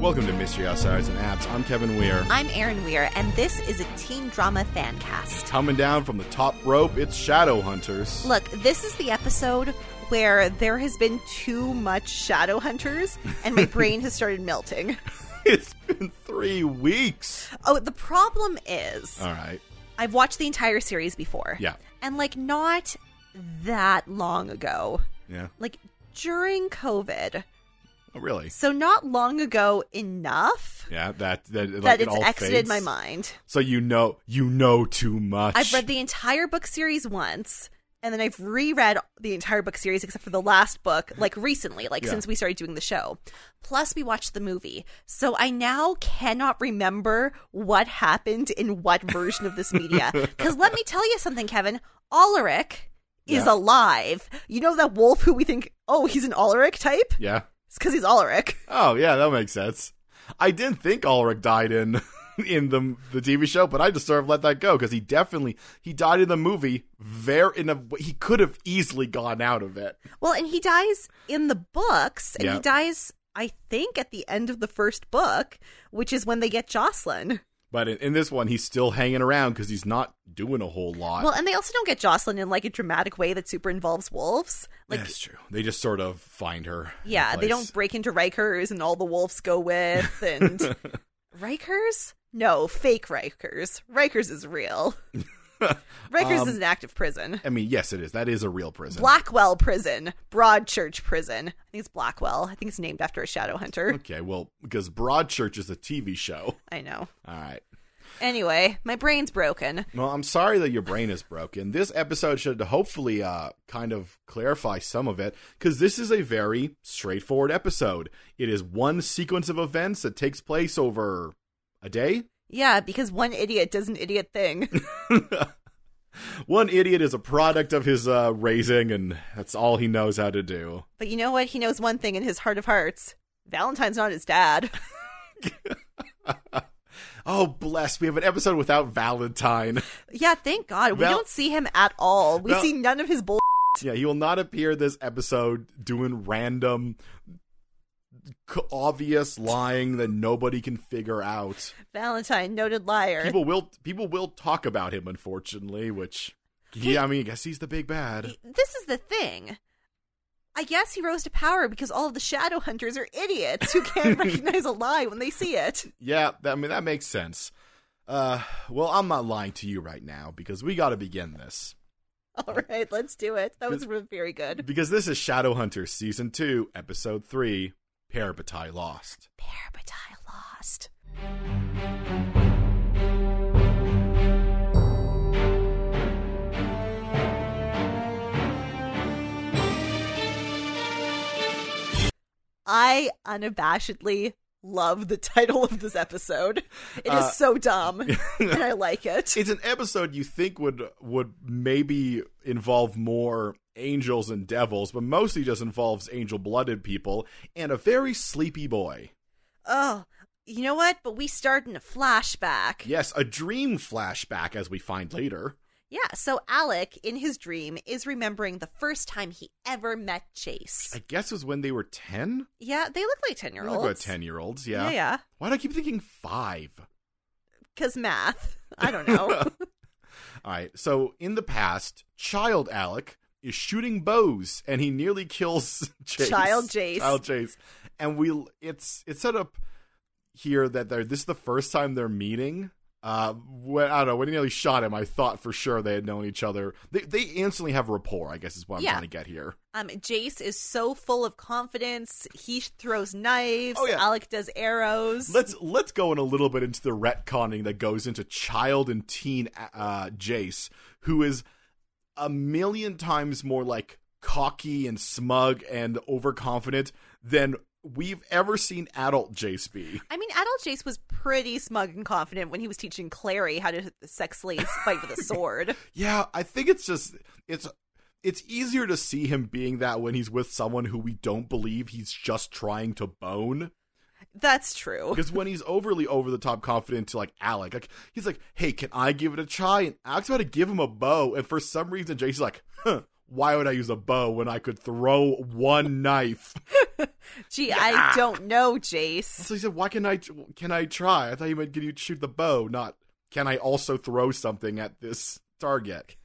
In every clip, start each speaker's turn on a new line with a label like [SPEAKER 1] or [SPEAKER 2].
[SPEAKER 1] Welcome to Mystery Outsiders and Apps. I'm Kevin Weir.
[SPEAKER 2] I'm Erin Weir, and this is a teen drama fan cast.
[SPEAKER 1] Coming down from the top rope, it's Shadow Hunters.
[SPEAKER 2] Look, this is the episode where there has been too much Shadow Hunters, and my brain has started melting.
[SPEAKER 1] It's been three weeks.
[SPEAKER 2] Oh, the problem is,
[SPEAKER 1] All right.
[SPEAKER 2] I've watched the entire series before.
[SPEAKER 1] Uh. Yeah.
[SPEAKER 2] And, like, not that long ago.
[SPEAKER 1] Yeah.
[SPEAKER 2] Like, during COVID.
[SPEAKER 1] Oh, really?
[SPEAKER 2] So, not long ago enough
[SPEAKER 1] Yeah. That that, like,
[SPEAKER 2] that
[SPEAKER 1] it
[SPEAKER 2] it's
[SPEAKER 1] all
[SPEAKER 2] exited
[SPEAKER 1] fades.
[SPEAKER 2] my mind.
[SPEAKER 1] So you know you know too much.
[SPEAKER 2] I've read the entire book series once, and then I've reread the entire book series except for the last book, like recently, like
[SPEAKER 1] Yeah.
[SPEAKER 2] since we started doing the show. Plus, we watched the movie. So I now cannot remember what happened in what version of this media. Because let me tell you something, Kevin. Alaric is
[SPEAKER 1] Yeah.
[SPEAKER 2] alive. You know that wolf who we think, oh, he's an Alaric type?
[SPEAKER 1] Yeah.
[SPEAKER 2] It's because he's Alaric.
[SPEAKER 1] Oh yeah, that makes sense. I didn't think Ulrich died in in the the TV show, but I just sort of let that go because he definitely he died in the movie. Very in a he could have easily gone out of it.
[SPEAKER 2] Well, and he dies in the books, and
[SPEAKER 1] Yeah.
[SPEAKER 2] he dies, I think, at the end of the first book, which is when they get Jocelyn.
[SPEAKER 1] But in, in this one, he's still hanging around because he's not doing a whole lot.
[SPEAKER 2] Well, and they also don't get Jocelyn in like a dramatic way that super involves wolves. Like,
[SPEAKER 1] That's true. They just sort of find her. in
[SPEAKER 2] yeah,
[SPEAKER 1] place.
[SPEAKER 2] they don't break into Rikers and all the wolves go with and Rikers? No, fake Rikers. Rikers is real. Rikers
[SPEAKER 1] Um,
[SPEAKER 2] is an active prison.
[SPEAKER 1] I mean, yes, it is. That is a real prison.
[SPEAKER 2] Blackwell Prison, Broadchurch Prison. I think it's Blackwell. I think it's named after a shadow hunter.
[SPEAKER 1] Okay, well, because Broadchurch is a TV show.
[SPEAKER 2] I know.
[SPEAKER 1] All right.
[SPEAKER 2] Anyway, my brain's broken.
[SPEAKER 1] Well, I'm sorry that your brain is broken. This episode should hopefully uh, kind of clarify some of it because this is a very straightforward episode. It is one sequence of events that takes place over a day.
[SPEAKER 2] Yeah, because one idiot does an idiot thing.
[SPEAKER 1] One idiot is a product of his uh, raising, and that's all he knows how to do.
[SPEAKER 2] but you know what? He knows one thing in his heart of hearts. Valentine's not his dad.
[SPEAKER 1] Oh, bless. We have an episode without Valentine.
[SPEAKER 2] Yeah, thank God. We
[SPEAKER 1] Val-
[SPEAKER 2] don't see him at all. We
[SPEAKER 1] Val-
[SPEAKER 2] see none of his bull.
[SPEAKER 1] yeah, he will not appear this episode doing random, c- obvious lying that nobody can figure out.
[SPEAKER 2] Valentine, noted liar.
[SPEAKER 1] People will people will talk about him, unfortunately, which. Yeah, I mean, I guess he's the big bad.
[SPEAKER 2] this is the thing. I guess he rose to power because all of the shadow hunters are idiots who can't recognize a lie when they see it.
[SPEAKER 1] Yeah, that, I mean that makes sense. Uh, well, I'm not lying to you right now because we got to begin this.
[SPEAKER 2] All right, let's do it. That was re- very good.
[SPEAKER 1] Because this is Shadowhunters Season 2, Episode 3, Parabatai Lost.
[SPEAKER 2] Parabatai lost. I unabashedly love the title of this episode. It is
[SPEAKER 1] Uh,
[SPEAKER 2] so dumb, and I like it.
[SPEAKER 1] It's an episode you think would would maybe involve more angels and devils, but mostly just involves angel-blooded people and a very sleepy boy.
[SPEAKER 2] Oh, you know what? But we start in a flashback.
[SPEAKER 1] Yes, a dream flashback as we find later.
[SPEAKER 2] Yeah, so Alec, in his dream, is remembering the first time he ever met Chase.
[SPEAKER 1] I guess it was when they were 10?
[SPEAKER 2] Yeah, they look like 10 year olds.
[SPEAKER 1] About 10-year-olds, yeah.
[SPEAKER 2] Yeah, yeah.
[SPEAKER 1] Why do I keep thinking 5?
[SPEAKER 2] Because math. I don't know.
[SPEAKER 1] All right. So in the past, child Alec is shooting bows, and he nearly kills Chase.
[SPEAKER 2] Child Jace.
[SPEAKER 1] Child Chase. And we it's it's set up here that they're this is the first time they're meeting. Uh, when, I don't know when he nearly shot him. I thought for sure they had known each other. They they instantly have rapport. I guess is what I'm
[SPEAKER 2] Yeah.
[SPEAKER 1] trying to get here.
[SPEAKER 2] um, Jace is so full of confidence. He throws knives.
[SPEAKER 1] Oh, yeah.
[SPEAKER 2] Alec does arrows.
[SPEAKER 1] Let's let's go in a little bit into the retconning that goes into child and teen uh, Jace, who is a million times more like cocky and smug and overconfident than we've ever seen adult Jace be.
[SPEAKER 2] I mean, adult Jace was pretty smug and confident when he was teaching Clary how to sex slaves fight with a sword.
[SPEAKER 1] Yeah, I think it's just it's it's easier to see him being that when he's with someone who we don't believe he's just trying to bone.
[SPEAKER 2] That's true.
[SPEAKER 1] Because when he's overly over the top confident to like Alec, like he's like, "Hey, can I give it a try?" And Alec's about to give him a bow, and for some reason, Jason's like, "Huh, why would I use a bow when I could throw one knife?"
[SPEAKER 2] Gee, I don't know, Jace.
[SPEAKER 1] So he said, "Why can I? Can I try? I thought you meant can you shoot the bow, not can I also throw something at this target."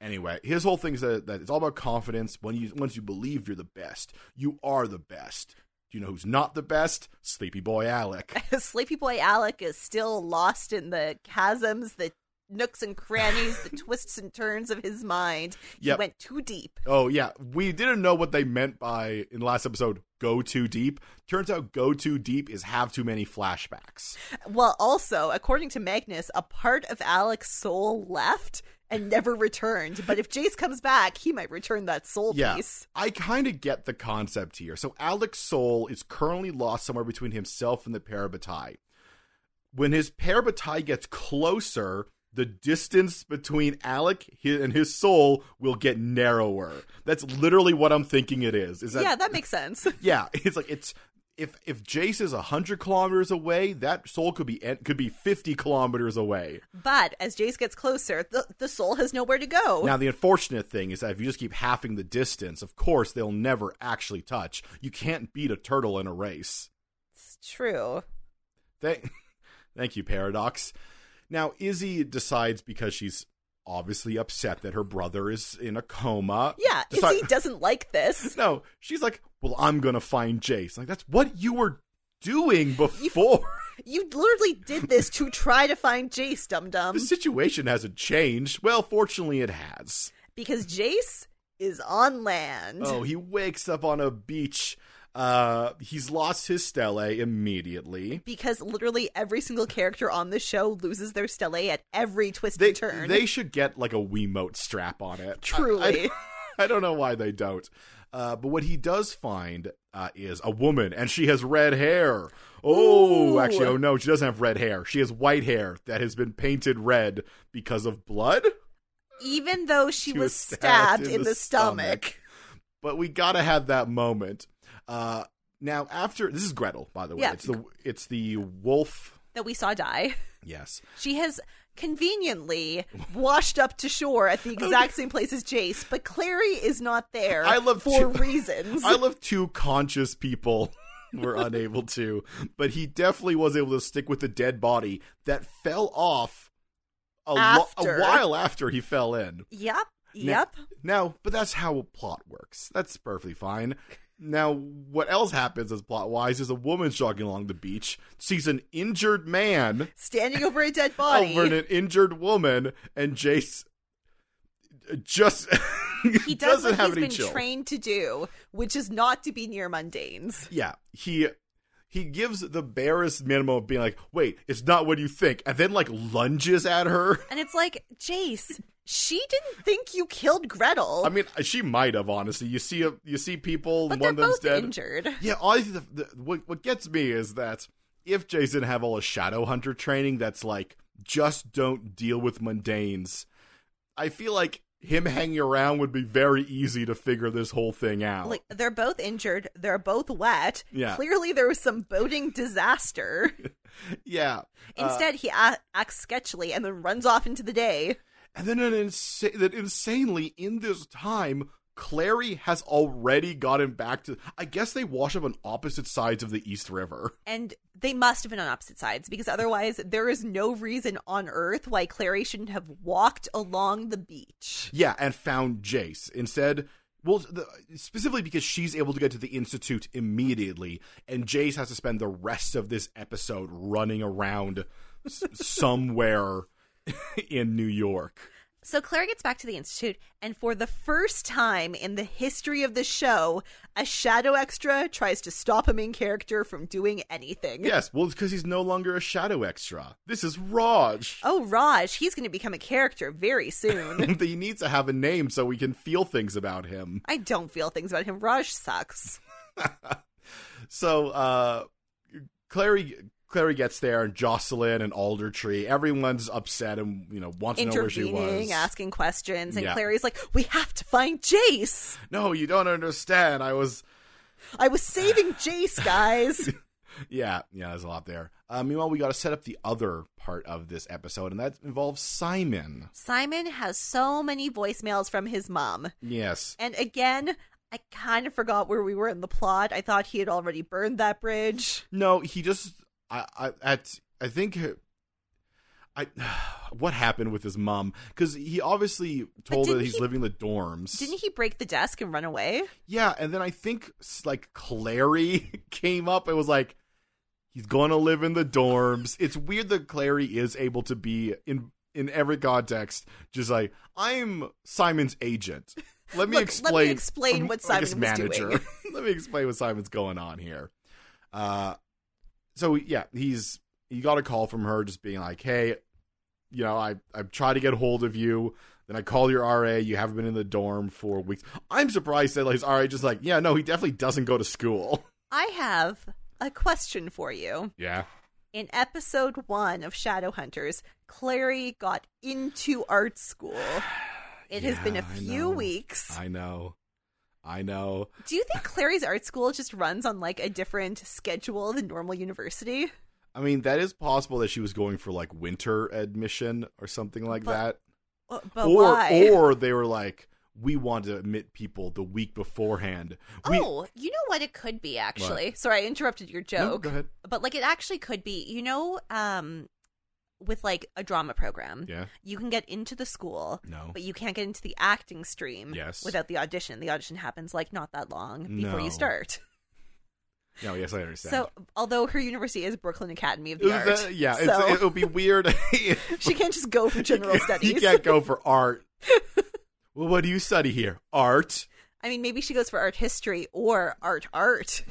[SPEAKER 1] Anyway, his whole thing is that, that it's all about confidence. When you once you believe you're the best, you are the best. You know who's not the best? Sleepy Boy Alec.
[SPEAKER 2] Sleepy Boy Alec is still lost in the chasms, the nooks and crannies, the twists and turns of his mind.
[SPEAKER 1] Yep.
[SPEAKER 2] He went too deep.
[SPEAKER 1] Oh yeah, we didn't know what they meant by in the last episode. Go too deep. Turns out, go too deep is have too many flashbacks.
[SPEAKER 2] Well, also, according to Magnus, a part of Alec's soul left and never returned. But if Jace comes back, he might return that soul
[SPEAKER 1] Yeah.
[SPEAKER 2] piece.
[SPEAKER 1] I kind of get the concept here. So Alex Soul is currently lost somewhere between himself and the Parabatai. When his Parabatai gets closer, the distance between Alec hi- and his soul will get narrower. That's literally what I'm thinking it is. Is that
[SPEAKER 2] yeah, that makes sense.
[SPEAKER 1] yeah, it's like it's if if Jace is hundred kilometers away, that soul could be en- could be fifty kilometers away.
[SPEAKER 2] But as Jace gets closer, the, the soul has nowhere to go.
[SPEAKER 1] Now, the unfortunate thing is that if you just keep halving the distance, of course, they'll never actually touch. You can't beat a turtle in a race.
[SPEAKER 2] it's true.
[SPEAKER 1] Thank, thank you, Paradox. Now, Izzy decides because she's obviously upset that her brother is in a coma.
[SPEAKER 2] Yeah,
[SPEAKER 1] decide-
[SPEAKER 2] Izzy doesn't like this.
[SPEAKER 1] no, she's like, well, I'm going to find Jace. Like, that's what you were doing before.
[SPEAKER 2] You literally did this to try to find Jace, dum dum.
[SPEAKER 1] the situation hasn't changed. Well, fortunately, it has.
[SPEAKER 2] Because Jace is on land.
[SPEAKER 1] Oh, he wakes up on a beach. Uh, he's lost his stele immediately.
[SPEAKER 2] Because literally every single character on the show loses their stele at every twist
[SPEAKER 1] They
[SPEAKER 2] and turn.
[SPEAKER 1] they should get like a Wiimote strap on it. I-
[SPEAKER 2] Truly.
[SPEAKER 1] I, I don't know why they don't. Uh, but what he does find uh, is a woman, and she has red hair. Oh,
[SPEAKER 2] Ooh.
[SPEAKER 1] actually, oh no, she doesn't have red hair. She has white hair that has been painted red because of blood.
[SPEAKER 2] Even though she,
[SPEAKER 1] She
[SPEAKER 2] was, stabbed, in, the, stomach.
[SPEAKER 1] But we gotta have that moment. Uh, now, after this is Gretel, by the way.
[SPEAKER 2] Yeah.
[SPEAKER 1] It's the it's the wolf.
[SPEAKER 2] that we saw die,
[SPEAKER 1] Yes.
[SPEAKER 2] she has conveniently washed up to shore at the exact same place as Jace, but Clary is not there
[SPEAKER 1] I love
[SPEAKER 2] for
[SPEAKER 1] to-
[SPEAKER 2] reasons.
[SPEAKER 1] I love two conscious people were unable to, but he definitely was able to stick with the dead body that fell off a, lo- a
[SPEAKER 2] After.
[SPEAKER 1] while after he fell in.
[SPEAKER 2] Yep.
[SPEAKER 1] Now-
[SPEAKER 2] Yep.
[SPEAKER 1] Now, but that's how plot works. That's perfectly fine. Now, what else happens as plot wise is a woman jogging along the beach sees an injured man
[SPEAKER 2] Standing over a dead body.
[SPEAKER 1] over an injured woman, and Jace just
[SPEAKER 2] he does what
[SPEAKER 1] have
[SPEAKER 2] he's
[SPEAKER 1] any
[SPEAKER 2] been
[SPEAKER 1] chill.
[SPEAKER 2] trained to do, which is not to be near mundanes.
[SPEAKER 1] Yeah, he he gives the barest minimum of being like, "Wait, it's not what you think," and then like lunges at her.
[SPEAKER 2] And it's like, Jace, she didn't think you killed Gretel,
[SPEAKER 1] I mean, she might have honestly. You see, a, you see people,
[SPEAKER 2] but they're
[SPEAKER 1] one of them's
[SPEAKER 2] both
[SPEAKER 1] dead.
[SPEAKER 2] injured.
[SPEAKER 1] Yeah, all the, the what what gets me is that if Jason have all a shadow hunter training, that's like just don't deal with mundanes. I feel like him hanging around would be very easy to figure this whole thing out.
[SPEAKER 2] Like they're both injured, they're both wet.
[SPEAKER 1] Oh. Yeah.
[SPEAKER 2] Clearly, there was some boating disaster.
[SPEAKER 1] yeah. Uh,
[SPEAKER 2] Instead, he a- acts sketchily and then runs off into the day.
[SPEAKER 1] And then an insa- that insanely in this time, Clary has already gotten back to. I guess they wash up on opposite sides of the East River.
[SPEAKER 2] And they must have been on opposite sides because otherwise, there is no reason on earth why Clary shouldn't have walked along the beach.
[SPEAKER 1] Yeah, and found Jace instead. Well, the, specifically because she's able to get to the Institute immediately, and Jace has to spend the rest of this episode running around s- somewhere in New York.
[SPEAKER 2] So Claire gets back to the Institute, and for the first time in the history of the show, a shadow extra tries to stop a main character from doing anything.
[SPEAKER 1] Yes, well, it's because he's no longer a shadow extra. This is Raj.
[SPEAKER 2] Oh, Raj, he's going to become a character very soon.
[SPEAKER 1] that he needs to have a name so we can feel things about him.
[SPEAKER 2] I don't feel things about him. Raj sucks.
[SPEAKER 1] So uh Clary Clary gets there and Jocelyn and Alder Tree, everyone's upset and you know wants to know where she was.
[SPEAKER 2] Intervening, asking questions, and
[SPEAKER 1] Yeah.
[SPEAKER 2] Clary's like, We have to find Jace.
[SPEAKER 1] No, you don't understand. I was
[SPEAKER 2] I was saving Jace, guys.
[SPEAKER 1] yeah, yeah, there's a lot there. Uh, meanwhile, we got to set up the other part of this episode, and that involves Simon.
[SPEAKER 2] Simon has so many voicemails from his mom.
[SPEAKER 1] Yes,
[SPEAKER 2] And again, I kind of forgot where we were in the plot. I thought he had already burned that bridge.
[SPEAKER 1] No, he just I, I at I think I what happened with his mom because he obviously told her
[SPEAKER 2] didn't
[SPEAKER 1] that he's
[SPEAKER 2] he-
[SPEAKER 1] living in the dorms.
[SPEAKER 2] Didn't he break the desk and run away?
[SPEAKER 1] Yeah, and then I think s- like Clary came up and was like, "He's gonna live in the dorms." It's weird that Clary is able to be in in every context, just like I'm Simon's agent. Let me
[SPEAKER 2] Look, let
[SPEAKER 1] explain.
[SPEAKER 2] me explain what
[SPEAKER 1] I guess
[SPEAKER 2] Simon was doing.
[SPEAKER 1] let me explain what Simon's going on here. Uh, so yeah, he's he got a call from her just being like, "Hey, you know, I I try to get hold of you. Then I call your RA. You haven't been in the dorm for weeks. I'm surprised that like, his RA just like, yeah, no, he definitely doesn't go to school.
[SPEAKER 2] I have a question for you.
[SPEAKER 1] Yeah,
[SPEAKER 2] In episode one of Shadowhunters, Clary got into art school. It has been a
[SPEAKER 1] Yeah, I
[SPEAKER 2] few
[SPEAKER 1] know.
[SPEAKER 2] weeks.
[SPEAKER 1] I know, I know.
[SPEAKER 2] Do you think Clary's art school just runs on like a different schedule than normal university?
[SPEAKER 1] I mean, that is possible that she was going for like winter admission or something like
[SPEAKER 2] But-
[SPEAKER 1] that,
[SPEAKER 2] Uh, But
[SPEAKER 1] or
[SPEAKER 2] why?
[SPEAKER 1] or they were like, we want to admit people the week beforehand. We-
[SPEAKER 2] oh, you know what it could be actually. Sorry, I interrupted your
[SPEAKER 1] No,
[SPEAKER 2] joke.
[SPEAKER 1] go ahead.
[SPEAKER 2] but like it actually could be, you know, um with like a drama program.
[SPEAKER 1] Yeah.
[SPEAKER 2] You can get into the school,
[SPEAKER 1] No.
[SPEAKER 2] but you can't get into the acting stream
[SPEAKER 1] Yes.
[SPEAKER 2] without the audition. The audition happens like not that long before
[SPEAKER 1] No.
[SPEAKER 2] you start.
[SPEAKER 1] No, yes, I understand.
[SPEAKER 2] So, although her university is Brooklyn Academy of the
[SPEAKER 1] Uh,
[SPEAKER 2] Arts,
[SPEAKER 1] yeah, it's,
[SPEAKER 2] so
[SPEAKER 1] it'll be weird.
[SPEAKER 2] she can't just go for general
[SPEAKER 1] You
[SPEAKER 2] studies.
[SPEAKER 1] can't go for art. well, what do you study here? Art.
[SPEAKER 2] I mean, maybe she goes for art history or art art.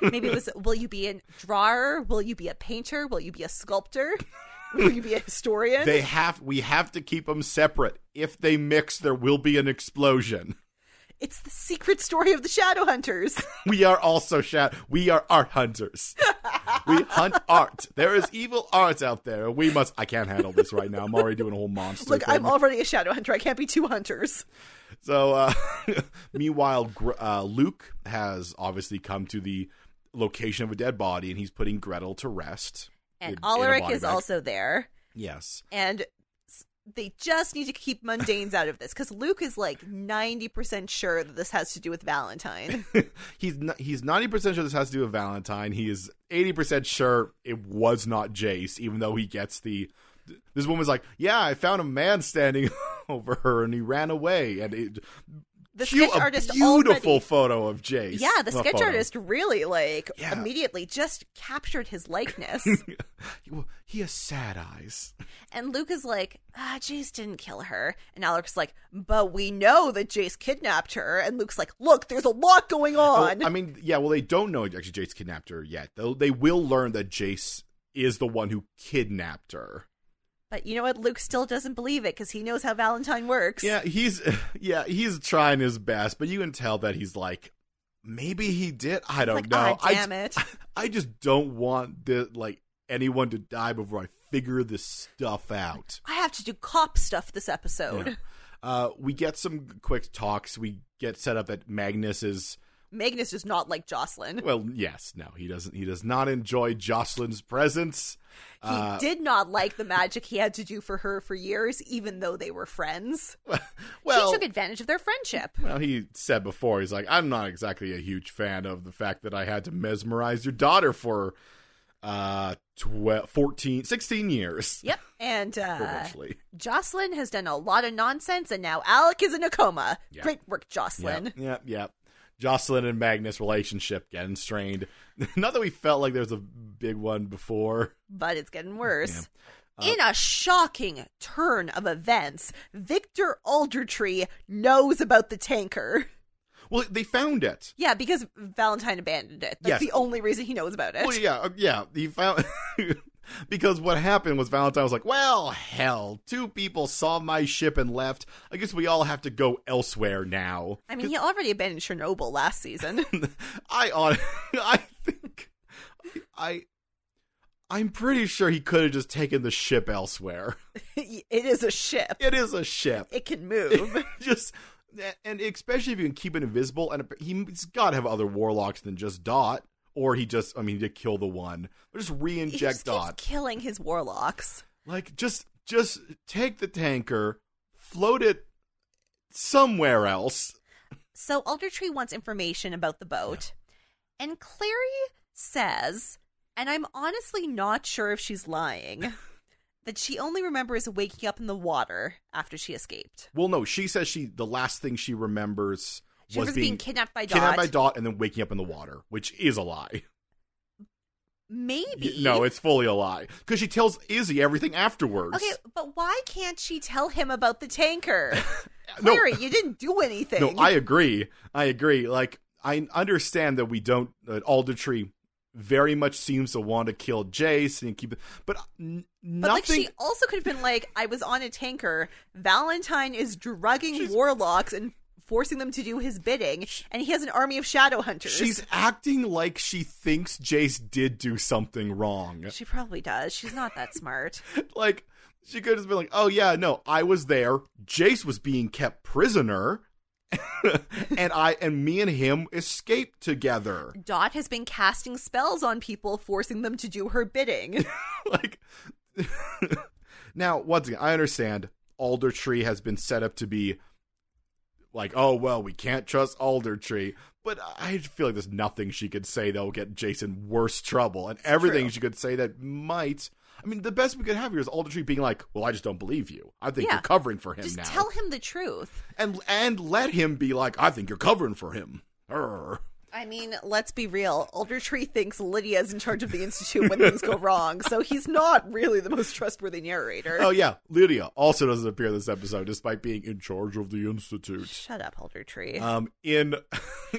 [SPEAKER 2] Maybe it was will you be a drawer? Will you be a painter? Will you be a sculptor? Will you be a historian?
[SPEAKER 1] They have. We have to keep them separate. If they mix, there will be an explosion.
[SPEAKER 2] it's the secret story of the Shadowhunters.
[SPEAKER 1] We are also shout. We are art hunters. we hunt art. There is evil art out there. We must. I can't handle this right now. I'm already doing a whole monster.
[SPEAKER 2] Look,
[SPEAKER 1] thing.
[SPEAKER 2] I'm already a Shadowhunter. I can't be two hunters.
[SPEAKER 1] So, uh, meanwhile, Gr- uh, Luke has obviously come to the location of a dead body, and he's putting Gretel to rest.
[SPEAKER 2] And
[SPEAKER 1] in- in a
[SPEAKER 2] Alaric
[SPEAKER 1] body
[SPEAKER 2] is
[SPEAKER 1] bag.
[SPEAKER 2] also there.
[SPEAKER 1] yes,
[SPEAKER 2] and s- they just need to keep mundanes out of this because Luke is like 90% sure that this has to do with Valentine.
[SPEAKER 1] he's n- he's ninety percent sure this has to do with Valentine. He is eighty percent sure it was not Jace, even though he gets the. th- This woman's like, yeah, I found a man standing over her, and he ran away. And it,
[SPEAKER 2] The
[SPEAKER 1] cue
[SPEAKER 2] sketch
[SPEAKER 1] a
[SPEAKER 2] artist
[SPEAKER 1] beautiful
[SPEAKER 2] already.
[SPEAKER 1] photo of Jace.
[SPEAKER 2] Yeah, the
[SPEAKER 1] Well,
[SPEAKER 2] sketch
[SPEAKER 1] photo.
[SPEAKER 2] artist really like
[SPEAKER 1] Yeah.
[SPEAKER 2] immediately just captured his likeness.
[SPEAKER 1] He- well, He has sad eyes.
[SPEAKER 2] and Luke is like, ah, Jace didn't kill her. And Alaric's like, but we know that Jace kidnapped her. And Luke's like, look, there's a lot going
[SPEAKER 1] Oh,
[SPEAKER 2] on.
[SPEAKER 1] I mean, yeah. Well, they don't know actually Jace kidnapped her yet. Though they will learn that Jace is the one who kidnapped her.
[SPEAKER 2] but you know what? Luke still doesn't believe it because he knows how Valentine works.
[SPEAKER 1] Yeah, he's yeah he's trying his best, but you can tell that he's like, maybe he did. I don't
[SPEAKER 2] like,
[SPEAKER 1] know.
[SPEAKER 2] "Ah,
[SPEAKER 1] I
[SPEAKER 2] damn it."
[SPEAKER 1] I just don't want the like anyone to die before I figure this stuff out.
[SPEAKER 2] I have to do cop stuff this episode.
[SPEAKER 1] Yeah. Uh, we get some quick talks. We get set up that Magnus is
[SPEAKER 2] Magnus does not like Jocelyn. He
[SPEAKER 1] well. Yes, no, he doesn't. He does not enjoy Jocelyn's presence. Uh,
[SPEAKER 2] did not like the magic he had to do for her for years, even though they were friends.
[SPEAKER 1] Well,
[SPEAKER 2] she took advantage of their friendship.
[SPEAKER 1] Well, he said before, he's like, I'm not exactly a huge fan of the fact that I had to mesmerize your daughter for uh, 12, 14, 16 years.
[SPEAKER 2] Yep. And uh,
[SPEAKER 1] Eventually.
[SPEAKER 2] Jocelyn has done a lot of nonsense, and now Alec is in a coma.
[SPEAKER 1] Yeah.
[SPEAKER 2] Great work, Jocelyn.
[SPEAKER 1] Yep, yep, yep. Jocelyn and Magnus relationship getting strained. not that we felt like there was a big one before.
[SPEAKER 2] But it's getting worse.
[SPEAKER 1] Uh,
[SPEAKER 2] in a shocking turn of events, Victor Aldertree knows about the tanker.
[SPEAKER 1] Well, they found it.
[SPEAKER 2] Yeah, because Valentine abandoned it.
[SPEAKER 1] Yes.
[SPEAKER 2] That's the only reason he knows about it.
[SPEAKER 1] Well, yeah, uh, yeah. He found because what happened was Valentine was like, "Well, hell, two people saw my ship and left. I guess we all have to go elsewhere now."
[SPEAKER 2] I mean, he already abandoned Chernobyl last season.
[SPEAKER 1] I on I think I I'm pretty sure he could have just taken the ship elsewhere.
[SPEAKER 2] it is a ship.
[SPEAKER 1] It is a ship.
[SPEAKER 2] It can move.
[SPEAKER 1] just and especially if you can keep it invisible and he's got to have other warlocks than just Dot or he just I mean he did kill the one. Or just
[SPEAKER 2] he
[SPEAKER 1] re-inject
[SPEAKER 2] just keeps
[SPEAKER 1] Dot.
[SPEAKER 2] killing his warlocks.
[SPEAKER 1] Like just just take the tanker, float it somewhere else.
[SPEAKER 2] So Aldertree wants information about the boat. And Clary says, and I'm honestly not sure if she's lying, that she only remembers waking up in the water after she escaped.
[SPEAKER 1] Well, no, she says she the last thing she remembers
[SPEAKER 2] She
[SPEAKER 1] was
[SPEAKER 2] was being, kidnapped by Dot.
[SPEAKER 1] kidnapped by Dot and then waking up in the water, which is a lie. Y-
[SPEAKER 2] Maybe.
[SPEAKER 1] No, it's fully a lie because she tells Izzy everything afterwards.
[SPEAKER 2] Okay, but why can't she tell him about the tanker?
[SPEAKER 1] No.
[SPEAKER 2] Clary, you didn't do anything.
[SPEAKER 1] No, I agree. I agree. Like I understand that we don't that Aldertree very much seems to want to kill Jace and keep it, but n-
[SPEAKER 2] But like
[SPEAKER 1] nothing.
[SPEAKER 2] she also could have been like, I was on a tanker. Valentine is drugging warlocks and forcing them to do his bidding, and he has an army of shadow hunters.
[SPEAKER 1] She's acting like she thinks Jace did do something wrong.
[SPEAKER 2] she probably does. She's not that smart.
[SPEAKER 1] Like she could have been like, "Oh yeah, no, I was there. Jace was being kept prisoner, and I and me and him escaped together."
[SPEAKER 2] Dot has been casting spells on people, forcing them to do her bidding.
[SPEAKER 1] like now once again i understand alder tree has been set up to be like oh well we can't trust alder tree but i feel like there's nothing she could say that will get jason worse trouble and everything
[SPEAKER 2] True.
[SPEAKER 1] she could say that might i mean the best we could have here is alder tree being like well i just don't believe you i think
[SPEAKER 2] Yeah.
[SPEAKER 1] you're covering for him
[SPEAKER 2] Just
[SPEAKER 1] now
[SPEAKER 2] tell him the truth.
[SPEAKER 1] and and let him be like i think you're covering for him Arr.
[SPEAKER 2] I mean, let's be real. Aldertree thinks Lydia's in charge of the institute when things go wrong, so he's not really the most trustworthy narrator.
[SPEAKER 1] oh yeah lydia also doesn't appear in this episode despite being in charge of the institute
[SPEAKER 2] Shut up, Aldertree.
[SPEAKER 1] um in,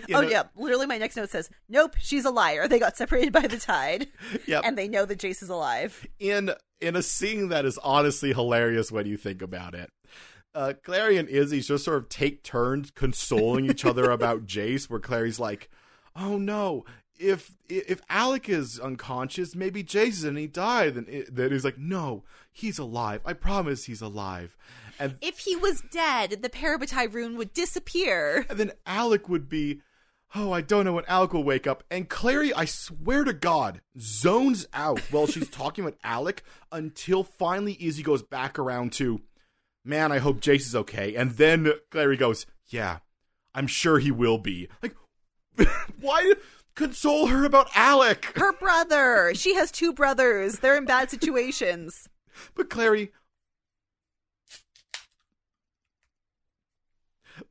[SPEAKER 1] in
[SPEAKER 2] oh
[SPEAKER 1] a-
[SPEAKER 2] yeah, literally my next note says, "Nope, she's a liar. They got separated by the tide,
[SPEAKER 1] Yep.
[SPEAKER 2] and they know that Jace is alive."
[SPEAKER 1] in in a scene that is honestly hilarious when you think about it. Uh, Clary and Izzy just sort of take turns consoling each other about Jace, where Clary's like, "Oh no." If if Alec is unconscious, maybe Jason and he died. And it- then he's like, "No, he's alive. I promise, he's alive." And
[SPEAKER 2] If he was dead, the Parabatai rune would disappear.
[SPEAKER 1] and then Alec would be, oh, I don't know when Alec will wake up. And Clary, I swear to God, zones out while she's talking with Alec until finally Izzy goes back around to, man, I hope Jace is okay. And then Clary goes, yeah, I'm sure he will be. Like, why console her about Alec?
[SPEAKER 2] Her brother. She has two brothers. They're in bad situations.
[SPEAKER 1] But Clary.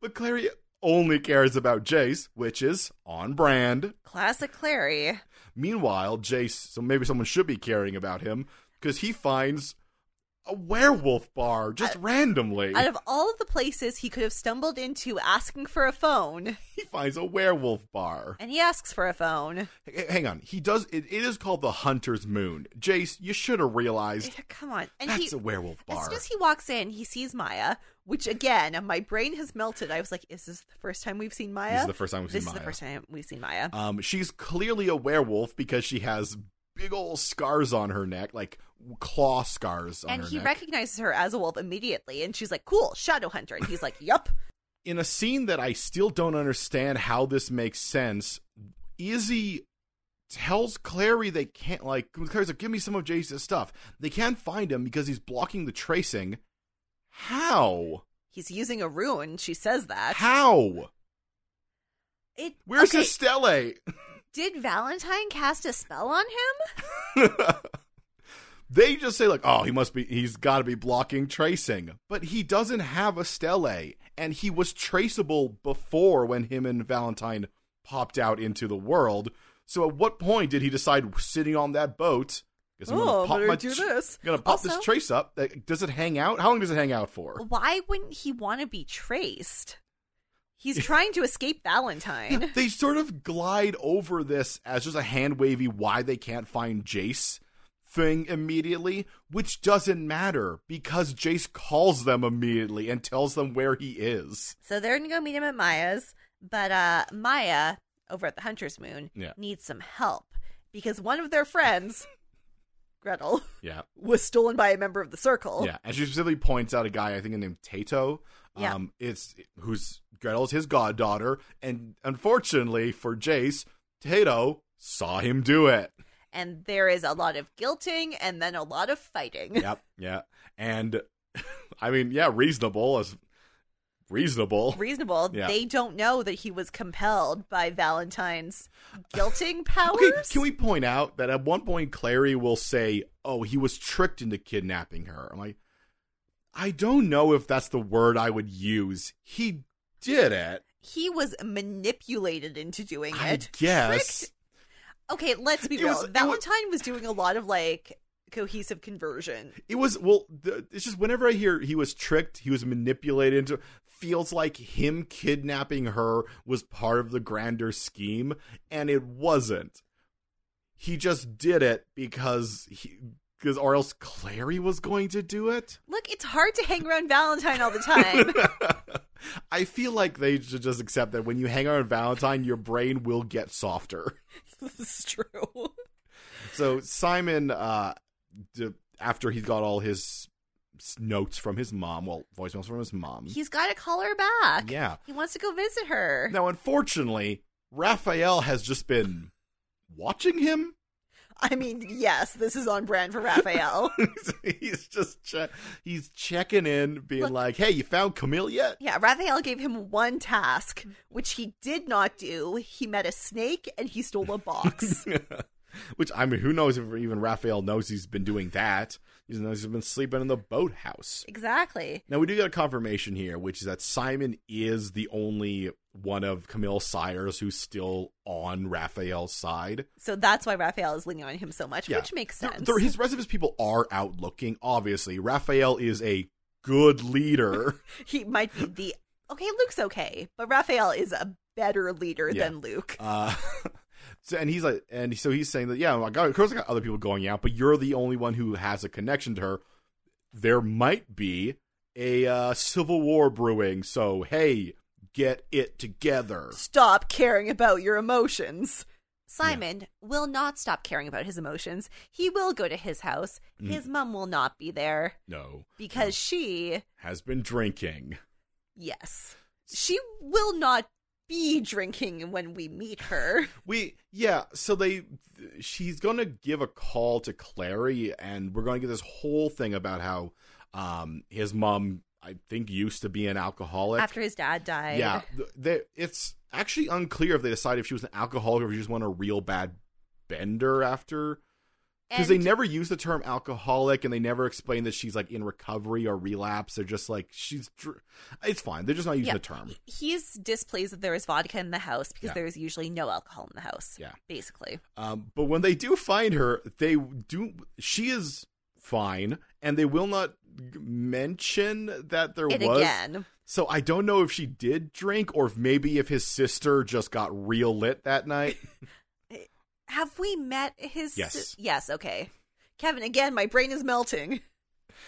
[SPEAKER 1] But Clary only cares about Jace, which is on brand.
[SPEAKER 2] Classic Clary.
[SPEAKER 1] Meanwhile, Jace, so maybe someone should be caring about him because he finds a werewolf bar just randomly.
[SPEAKER 2] Out of all of the places he could have stumbled into asking for a phone,
[SPEAKER 1] he finds a werewolf bar.
[SPEAKER 2] and he asks for a phone.
[SPEAKER 1] H- hang on, he does. It, it is called the Hunter's Moon. Jace, you should have realized
[SPEAKER 2] Come on. And
[SPEAKER 1] that's
[SPEAKER 2] he,
[SPEAKER 1] a werewolf
[SPEAKER 2] As
[SPEAKER 1] bar.
[SPEAKER 2] soon as he walks in, he sees Maya, which again, my brain has melted. I was like, is this the first time we've seen Maya?
[SPEAKER 1] This is the first time we've seen
[SPEAKER 2] This is the
[SPEAKER 1] Maya.
[SPEAKER 2] first time we've seen Maya.
[SPEAKER 1] um, she's clearly a werewolf because she has big old scars on her neck, like claw scars on
[SPEAKER 2] and
[SPEAKER 1] her
[SPEAKER 2] he
[SPEAKER 1] neck.
[SPEAKER 2] recognizes her as a wolf immediately, and she's like, cool, shadow hunter. And he's like, yup.
[SPEAKER 1] in a scene that I still don't understand how this makes sense, Izzy tells Clary they can't like Clary's like, give me some of Jace's stuff. They can't find him because he's blocking the tracing. How?
[SPEAKER 2] He's using a rune. She says that.
[SPEAKER 1] How?
[SPEAKER 2] It,
[SPEAKER 1] Where's
[SPEAKER 2] okay,
[SPEAKER 1] his stele?
[SPEAKER 2] Did Valentine cast a spell on him?
[SPEAKER 1] they just say like, oh, he must be he's gotta be blocking tracing. But he doesn't have a stele, and he was traceable before when him and Valentine popped out into the world. So at what point did he decide sitting on that boat? Guess
[SPEAKER 2] Oh, better do this.
[SPEAKER 1] Gonna pop
[SPEAKER 2] Also-
[SPEAKER 1] this trace up. Uh, Does it hang out? How long does it hang out for?
[SPEAKER 2] Why wouldn't he want to be traced? He's trying to escape Valentine.
[SPEAKER 1] They sort of glide over this as just a hand wavy why they can't find Jace thing immediately, which doesn't matter because Jace calls them immediately and tells them where he is.
[SPEAKER 2] So they're gonna go meet him at Maya's, but uh Maya over at the Hunter's Moon
[SPEAKER 1] Yeah.
[SPEAKER 2] needs some help because one of their friends, Gretel,
[SPEAKER 1] Yeah.
[SPEAKER 2] was stolen by a member of the circle.
[SPEAKER 1] Yeah. And she specifically points out a guy, I think named Tato.
[SPEAKER 2] Yeah.
[SPEAKER 1] Um it's who's Gretel's his goddaughter, and unfortunately for Jace, Tato saw him do it.
[SPEAKER 2] And there is a lot of guilting and then a lot of fighting.
[SPEAKER 1] yep, yeah. And I mean, yeah, reasonable as reasonable.
[SPEAKER 2] reasonable.
[SPEAKER 1] Yeah.
[SPEAKER 2] They don't know that he was compelled by Valentine's guilting powers.
[SPEAKER 1] Okay, can we point out that at one point Clary will say, "Oh, he was tricked into kidnapping her." I'm like, I don't know if that's the word I would use. He did it,
[SPEAKER 2] He was manipulated into doing
[SPEAKER 1] I
[SPEAKER 2] it.
[SPEAKER 1] guess.
[SPEAKER 2] Okay, let's be
[SPEAKER 1] It
[SPEAKER 2] real.
[SPEAKER 1] was- it was-
[SPEAKER 2] Valentine was doing a lot of like cohesive conversion.
[SPEAKER 1] It was well. The, it's just whenever I hear he was tricked, he was manipulated into. Feels like him kidnapping her was part of the grander scheme, and it wasn't. He just did it because he, because or else Clary was going to do it.
[SPEAKER 2] Look, it's hard to hang around Valentine all the time.
[SPEAKER 1] I feel like they should just accept that when you hang out on Valentine, your brain will get softer.
[SPEAKER 2] this is true.
[SPEAKER 1] So Simon, uh, d- after he's got all his s- notes from his mom, well, voicemails from his mom.
[SPEAKER 2] He's got to call her back.
[SPEAKER 1] Yeah.
[SPEAKER 2] He wants to go visit her.
[SPEAKER 1] Now, unfortunately, Raphael has just been watching him.
[SPEAKER 2] I mean, yes, this is on brand for Raphael.
[SPEAKER 1] he's just che- he's checking in, being like, "Hey, you found Camille yet?"
[SPEAKER 2] yeah, Raphael gave him one task, which he did not do. He met a snake and he stole a box.
[SPEAKER 1] Which I mean, who knows if even Raphael knows he's been doing that? He knows he's been sleeping in the boathouse.
[SPEAKER 2] exactly.
[SPEAKER 1] Now we do get a confirmation here, which is that Simon is the only one of Camille's sires who's still on Raphael's side.
[SPEAKER 2] So that's why Raphael is leaning on him so much,
[SPEAKER 1] Yeah.
[SPEAKER 2] which makes
[SPEAKER 1] Now,
[SPEAKER 2] sense.
[SPEAKER 1] the- his rest of his people are out looking. Obviously, Raphael is a good leader.
[SPEAKER 2] he might be the okay. Luke's okay, but Raphael is a better leader
[SPEAKER 1] Yeah.
[SPEAKER 2] than Luke.
[SPEAKER 1] Uh, so, and he's like, and so he's saying that, yeah, well, I got, of course I got other people going out, but you're the only one who has a connection to her. There might be a uh, civil war brewing, so hey, get it together.
[SPEAKER 2] Stop caring about your emotions. Simon will not stop caring about his emotions. He will go to his house.
[SPEAKER 1] Mm.
[SPEAKER 2] His mum will not be there
[SPEAKER 1] No,
[SPEAKER 2] because she,
[SPEAKER 1] has been drinking.
[SPEAKER 2] yes, she will not be drinking when we meet her.
[SPEAKER 1] We yeah, so they she's going to give a call to Clary and we're going to get this whole thing about how um his mom I think used to be an alcoholic.
[SPEAKER 2] After his dad died.
[SPEAKER 1] yeah, th- they, it's actually unclear if they decided if she was an alcoholic or if she just went on a real bad bender after because they
[SPEAKER 2] And-
[SPEAKER 1] never use the term alcoholic and they never explain that she's like in recovery or relapse. They're just like she's dr- it's fine. They're just not using
[SPEAKER 2] Yeah.
[SPEAKER 1] the term.
[SPEAKER 2] He's displeased that there is vodka in the house because
[SPEAKER 1] Yeah.
[SPEAKER 2] there is usually no alcohol in the house.
[SPEAKER 1] Yeah.
[SPEAKER 2] Basically.
[SPEAKER 1] Um, but when they do find her, they do. She is fine, and they will not g- mention that there
[SPEAKER 2] And
[SPEAKER 1] was.
[SPEAKER 2] again.
[SPEAKER 1] So I don't know if she did drink, or if maybe if his sister just got real lit that night.
[SPEAKER 2] Have we met his?
[SPEAKER 1] Yes.
[SPEAKER 2] Yes. Okay. Kevin, again, my brain is melting.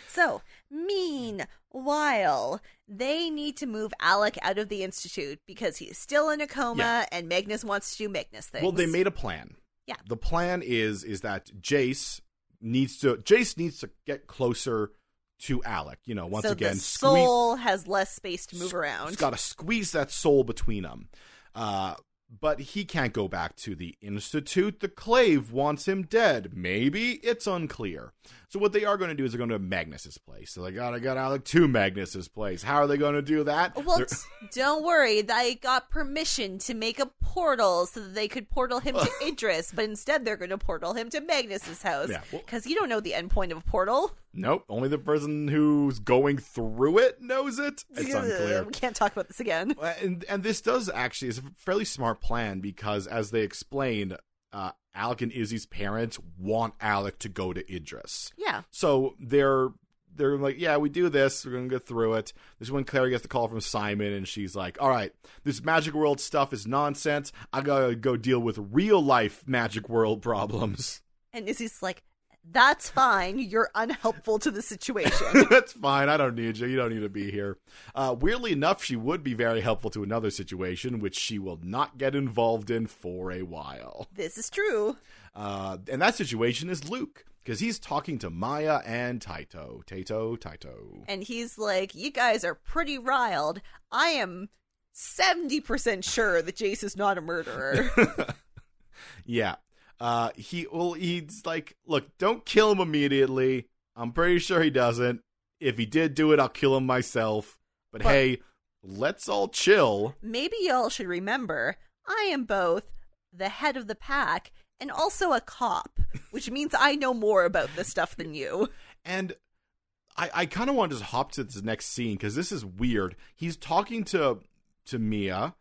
[SPEAKER 2] So, meanwhile, they need to move Alec out of the institute because he's still in a coma
[SPEAKER 1] Yeah.
[SPEAKER 2] and Magnus wants to do Magnus things.
[SPEAKER 1] Well, they made a plan.
[SPEAKER 2] Yeah.
[SPEAKER 1] The plan is is that Jace needs to Jace needs to get closer to Alec. You know, once
[SPEAKER 2] so
[SPEAKER 1] again,
[SPEAKER 2] the
[SPEAKER 1] squeeze-
[SPEAKER 2] soul has less space to move around.
[SPEAKER 1] He's got to squeeze that soul between them. Uh, but he can't go back to the Institute. The Clave wants him dead. Maybe it's unclear. So what they are going to do is they're going to Magnus's place. So they got to get Alec to Magnus's place. How are they going to do that?
[SPEAKER 2] well,
[SPEAKER 1] They're-
[SPEAKER 2] t- don't worry. They got permission to make a portal so that they could portal him to Idris, but instead they're going to portal him to Magnus's house
[SPEAKER 1] Yeah, well-
[SPEAKER 2] because you don't know the end point of a portal.
[SPEAKER 1] nope. Only the person who's going through it knows it. It's unclear. Uh,
[SPEAKER 2] We can't talk about this again.
[SPEAKER 1] and and this does actually is a fairly smart plan because as they explained, uh, Alec and Izzy's parents want Alec to go to Idris.
[SPEAKER 2] Yeah.
[SPEAKER 1] So they're they're like, yeah, we do this. We're gonna go through it. This is when Claire gets the call from Simon, and she's like, all right, this magic world stuff is nonsense. I gotta go deal with real life magic world problems.
[SPEAKER 2] And Izzy's like, that's fine. You're unhelpful to the situation.
[SPEAKER 1] That's fine. I don't need you. You don't need to be here. Uh, weirdly enough, she would be very helpful to another situation, which she will not get involved in for a while.
[SPEAKER 2] this is true.
[SPEAKER 1] Uh, and that situation is Luke, because he's talking to Maya and Taito. Taito, Taito.
[SPEAKER 2] And he's like, you guys are pretty riled. I am 70% sure that Jace is not a murderer.
[SPEAKER 1] Yeah. Uh, he well, he's like, look, don't kill him immediately. I'm pretty sure he doesn't. If he did do it, I'll kill him myself. But,
[SPEAKER 2] But-
[SPEAKER 1] hey, let's all chill.
[SPEAKER 2] Maybe y'all should remember I am both the head of the pack and also a cop, which means I know more about this stuff than you.
[SPEAKER 1] And I, I kind of want to just hop to this next scene because this is weird. He's talking to to Mia.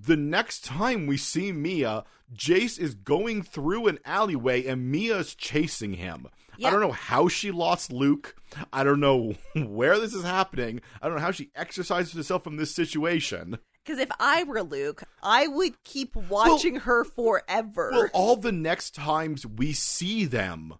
[SPEAKER 1] The next time we see Mia, Jace is going through an alleyway and Mia's chasing him.
[SPEAKER 2] Yeah.
[SPEAKER 1] I don't know how she lost Luke. I don't know where this is happening. I don't know how she exercises herself from this situation.
[SPEAKER 2] Because if I were Luke, I would keep watching her forever.
[SPEAKER 1] Well, all the next times we see them,